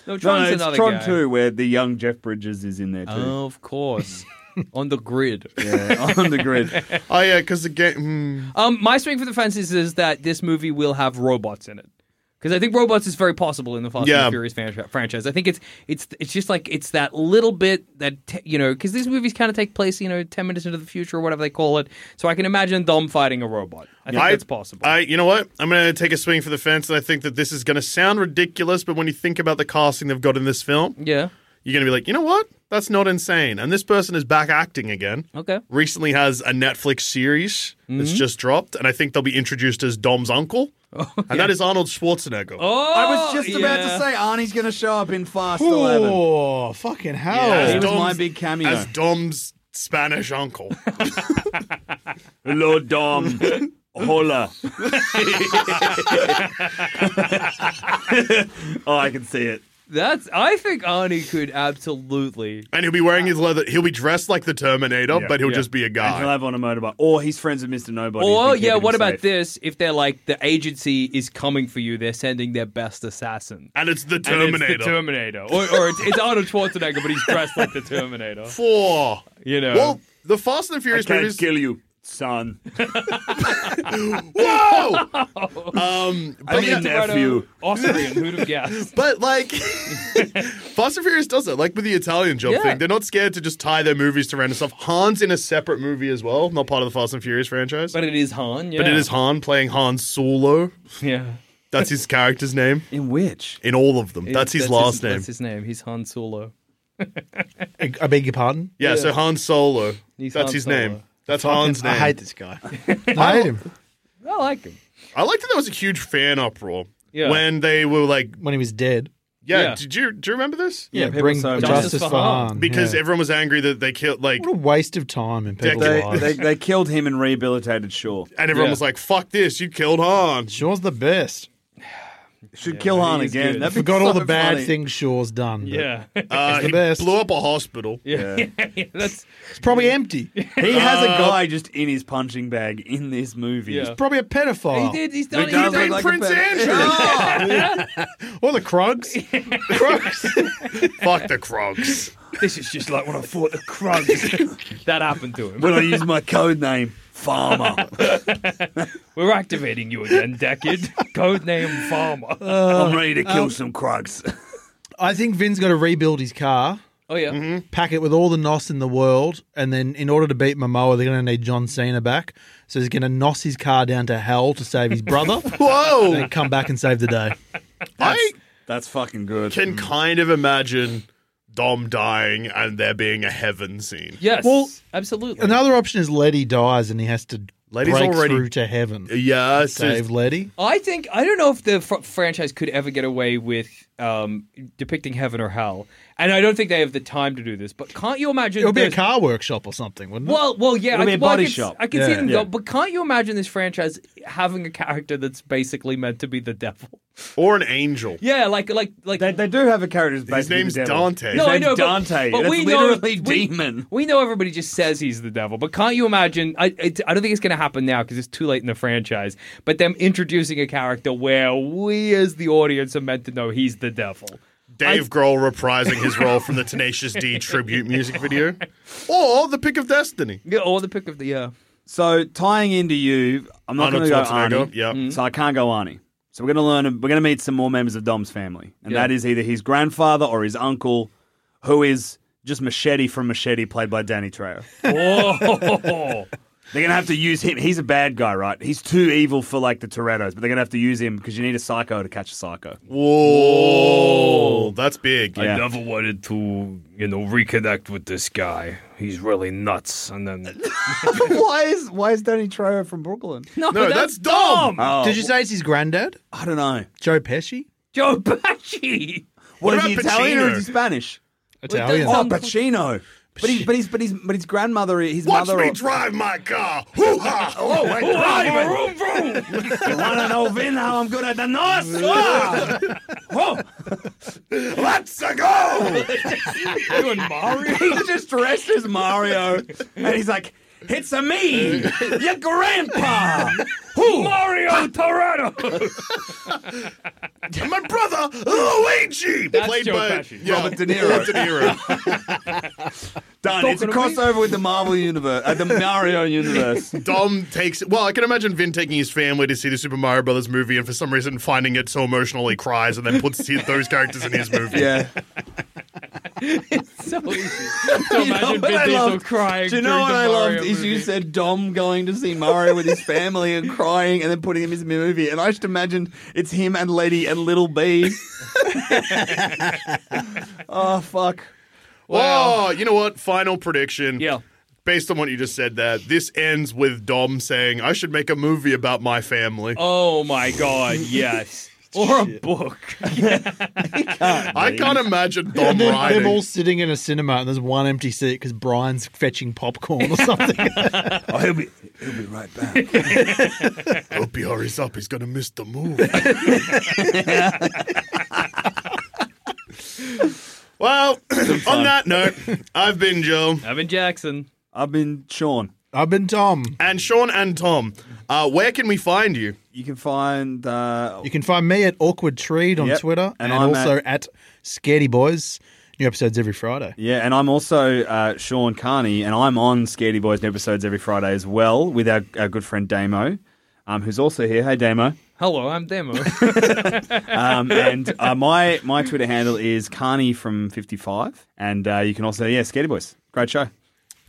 S7: No,
S5: No,
S7: Tron's
S5: no, it's
S7: another
S5: Tron
S7: guy. Oh.
S5: 2, where the young Jeff Bridges is in there too.
S7: Of course. On the grid.
S5: Yeah, on the grid.
S4: oh yeah, because the game. hmm.
S7: Um, my swing for the fences is that this movie will have robots in it. Because I think robots is very possible in the Fast
S4: Yeah.
S7: and Furious franchi- franchise. I think it's it's it's just like it's that little bit that t- you know because these movies kind of take place you know ten minutes into the future or whatever they call it. So I can imagine them fighting a robot. I think
S4: I-
S7: that's possible.
S4: I, you know what? I'm going to take a swing for the fence, and I think that this is going to sound ridiculous, but when you think about the casting they've got in this film,
S7: yeah.
S4: you're going to be like, you know what? That's not insane. And this person is back acting again.
S7: Okay.
S4: Recently has a Netflix series that's
S5: Mm-hmm.
S4: just dropped, and I think they'll be introduced as Dom's uncle,
S5: Oh,
S4: and that is Arnold Schwarzenegger.
S7: Oh,
S5: I was just about
S7: yeah.
S5: to say Arnie's going to show up in Fast 11.
S6: Oh, fucking hell.
S5: He
S4: As
S5: was my
S4: Dom's-
S5: big cameo.
S4: As Dom's Spanish uncle.
S5: Hello, Dom. Hola. oh, I can see it.
S7: That's. I think Arnie could absolutely.
S4: and he'll be wearing his leather. He'll be dressed like the Terminator,
S5: Yeah.
S4: but he'll
S7: Yeah.
S4: just be a
S5: And he'll
S4: guy.
S5: have on a motorbike. Or he's friends with Mr. Nobody.
S7: Or
S5: He's been
S7: yeah,
S5: keeping
S7: what
S5: him
S7: about
S5: safe.
S7: this? If they're like the agency is coming for you, they're sending their best assassin.
S4: And it's the
S7: And it's
S4: Terminator.
S7: the Terminator. Or, or it's, it's Arnold Schwarzenegger, but he's dressed like the Terminator.
S4: Four.
S7: You know.
S4: Well, the Fast and
S5: I
S4: Furious
S5: can't
S4: movies.
S5: kill you, son.
S4: Whoa! um, but,
S5: I mean,
S4: yeah,
S5: nephew.
S7: Austrian, who'd have guessed?
S4: but like, Fast and Furious does it. Like with the Italian job
S7: Yeah.
S4: thing, they're not scared to just tie their movies to random stuff. Han's in a separate movie as well, not part of the Fast and Furious franchise.
S7: But it is Han, yeah.
S4: But it is Han playing Han Solo.
S7: Yeah.
S4: That's his character's name
S5: In which?
S4: in all of them. That's his last name.
S7: That's his name. He's Han Solo.
S6: I, I beg your pardon.
S4: Yeah, so Han Solo.
S7: He's
S4: That's
S7: Han
S4: his
S7: Solo.
S4: name. That's Han's name.
S6: I hate this guy. I hate him.
S7: I like him.
S4: I liked that there was a huge fan uproar
S7: Yeah.
S4: when they were like,
S6: When he was dead.
S4: yeah,
S7: Yeah.
S4: did you do you remember this?
S6: Yeah,
S5: people
S6: bring
S5: say-
S6: justice,
S7: Justice
S6: for
S7: for Han.
S6: Han.
S4: Because
S6: yeah.
S4: everyone was angry that they killed like
S6: What a waste of time in people's
S4: They-
S5: They,
S6: lives.
S5: they, they killed him and rehabilitated Shaw.
S4: and everyone
S7: Yeah.
S4: was like, fuck this, you killed Han.
S6: Shaw's the best.
S5: Should kill Han
S7: he's
S5: again.
S7: good.
S6: I
S5: That'd be
S6: forgot all
S5: so
S6: the bad
S5: funny.
S6: things Shaw's done. but
S7: Yeah.
S4: Uh,
S6: He's the
S4: he
S6: best.
S4: blew up a hospital.
S7: Yeah. yeah. That's
S6: It's probably empty.
S5: He has
S4: Uh,
S5: a guy just in his punching bag in this movie.
S7: Uh, Yeah.
S6: probably a
S7: he
S6: pedophile.
S7: did. He's done.
S5: He
S7: He's
S5: does
S7: done.
S5: look like a
S4: Prince
S5: pedo-
S4: Andrew.
S6: Or the Krugs. Krugs.
S4: fuck the Krogs.
S7: This is just like when I fought the Krugs. that happened to him.
S5: When I use my code name, Farmer.
S7: We're activating you again, Deckard. Codename Farmer.
S5: I'm ready to
S7: um,
S5: kill some Krugs.
S6: I think Vin's got to rebuild his car,
S7: Oh, yeah.
S6: pack it with all the nos in the world, and then in order to beat Momoa, they're going to need John Cena back. So he's going to nos his car down to hell to save his brother, and
S4: Whoa!
S6: then come back and save the day.
S4: Oh, I
S5: That's Mm. fucking good.
S4: can kind of imagine Dom dying and there being a heaven scene.
S7: Yes.
S6: Well,
S7: absolutely.
S6: Another option is Letty dies and he has to
S4: Letty's
S6: break
S4: already-
S6: through to heaven.
S4: Yeah, it's
S6: Save
S4: just,
S6: Letty.
S7: I think I don't know if the fr- franchise could ever get away with um, depicting heaven or hell, and I don't think they have the time to do this. But can't you imagine?
S6: It would be a
S7: this-
S6: car workshop or something, wouldn't it?
S7: Well, well, yeah.
S5: It'll
S7: I,
S5: be a
S7: well, I
S5: body
S7: could s-
S5: shop.
S7: I can see
S6: Yeah.
S7: them
S5: Yeah.
S7: go, but can't you imagine this franchise having a character that's basically meant to be the devil?
S4: or an angel.
S7: Yeah, like like like.
S5: They, they do have a character who's
S4: His
S5: basically
S4: name's
S5: the devil.
S4: Dante.
S7: no, I
S5: name's
S7: know, but-
S5: Dante.
S7: But,
S5: That's
S7: we
S5: literally
S7: know, we-
S5: demon.
S7: We, know everybody just says he's the devil, but can't you imagine? I, it, I don't think it's going to happen now because it's too late in the franchise. But them introducing a character where we, as the audience, are meant to know he's the devil.
S4: Dave Grohl reprising his role from the Tenacious D tribute music video, or the Pick of Destiny.
S7: Yeah, or the pick of the yeah.
S5: So tying into you, I'm not going
S4: Arnold
S5: to go
S4: Schwarzenegger,
S5: Arnie. Mm-hmm.
S4: yep. Mm.
S5: So I can't go Arnie. So we're going to learn. We're going to meet some more members of Dom's family, and
S7: Yeah.
S5: that is either his grandfather or his uncle, who is just Machete from Machete, played by Danny Trejo.
S7: Whoa.
S5: They're going to have to use him. He's a bad guy, right? He's too evil for like the Toretto's, but they're going to have to use him because you need a psycho to catch a psycho.
S4: Whoa, that's big.
S5: Yeah.
S7: I never wanted to, you know, reconnect with this guy. He's really nuts. And then
S5: why is why is Danny Trejo from Brooklyn?
S4: No, that's dumb.
S6: Did you say it's his granddad?
S5: I don't know.
S6: Joe Pesci?
S7: Joe Pesci.
S5: What, is
S4: about
S5: he Italian or
S4: Pacino?
S5: is he Spanish?
S6: Italian.
S5: Oh, Pacino. But he's but he's but he's but his grandmother, his
S4: Watch
S5: mother.
S4: me drive my car. Hoo ha! Oh, I drive it.
S5: You want to know, Vin, how I'm good at the North? Ah! Whoa!
S4: Let's go.
S7: Doing Mario?
S5: He's just dressed as Mario, and he's like, "It's a me, your grandpa."
S7: Mario Toretto.
S4: And my brother Luigi,
S7: That's
S4: played
S7: Joe
S4: by
S7: Pesci.
S4: Yeah,
S5: Robert De Niro.
S4: De Niro.
S5: Done. it's a crossover with the Marvel universe, uh, the Mario universe.
S4: Dom takes. Well, I can imagine Vin taking his family to see the Super Mario Brothers movie, and for some reason finding it so emotional he cries, and then puts his- those characters in his movie.
S5: Yeah.
S7: so easy. So
S5: You know
S7: imagine
S5: what I
S7: Vin Diesel
S5: loved?
S7: crying.
S5: Do you know
S7: during
S5: what
S7: the
S5: I
S7: Mario
S5: loved is you
S7: movie.
S5: said Dom going to see Mario with his family and crying and then putting him in his movie. And I just imagined it's him and Letty and little B. oh, fuck.
S4: Well, Oh, you know what? Final prediction.
S7: Yeah.
S4: Based on what you just said, there, this ends with Dom saying, "I should make a movie about my family."
S7: Oh my god, yes. Or a book.
S4: I can't imagine Dom
S6: And then
S4: writing.
S6: they're all sitting in a cinema and there's one empty seat because Brian's fetching popcorn or something.
S5: Oh, he'll be, he'll be right back.
S4: hope he hurries up. He's gonna miss the move. well, on that note, I've been Joe
S7: Evan Jackson.
S5: I've been Sean.
S6: I've been Tom.
S4: and Sean and Tom. Uh, where can we find you?
S5: You can find. Uh,
S6: You can find me at Awkward Treed on
S5: Yep.
S6: Twitter
S5: And
S6: and,
S5: I'm
S6: also at, Scaredy Boys. New episodes every Friday.
S5: yeah, and I'm also uh, Sean Carney, and I'm on Scaredy Boys episodes every Friday as well with our, our good friend Damo, um, who's also here. Hey, Damo.
S7: Hello, I'm Demo.
S5: Um, and uh, my my Twitter handle is Carney from fifty five, and uh, you can also yeah, Scaredy Boys, great show.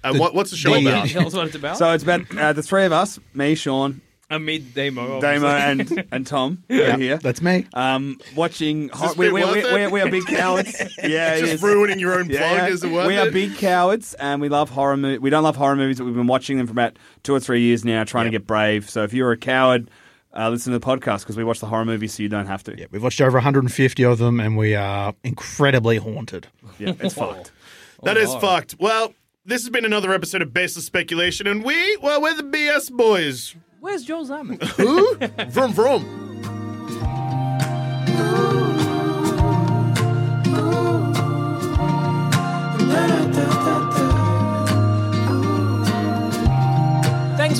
S4: And Uh, what, what's the show
S6: the-
S4: about?
S7: Tell us what it's
S4: Oh.
S7: about.
S5: So it's about uh, the three of us, me, Sean,
S7: I mean Demo. obviously.
S5: Damo, and and Tom are here.
S6: That's me.
S5: Um, watching hor-
S4: this
S5: we,
S4: bit
S5: we,
S4: worth
S5: we,
S4: it?
S5: we, we are big cowards. Yeah, it
S4: Just
S5: is.
S4: ruining your own plug
S5: Yeah, yeah.
S4: is it worth
S5: we are
S4: it?
S5: big cowards, and we love horror. Mo- we don't love horror movies, but we've been watching them for about two or three years now, trying to get brave. So if you're a coward, uh, listen to the podcast because we watch the horror movies, so you don't have to.
S6: Yeah, we've watched over 150 of them and we are incredibly haunted.
S5: Yeah, it's fucked. Oh,
S4: That is fucked. Well, this has been another episode of Baseless Speculation, and we, well, we're the BS boys.
S7: Where's Joe Zaman?
S4: Who? vroom vroom.
S1: Thanks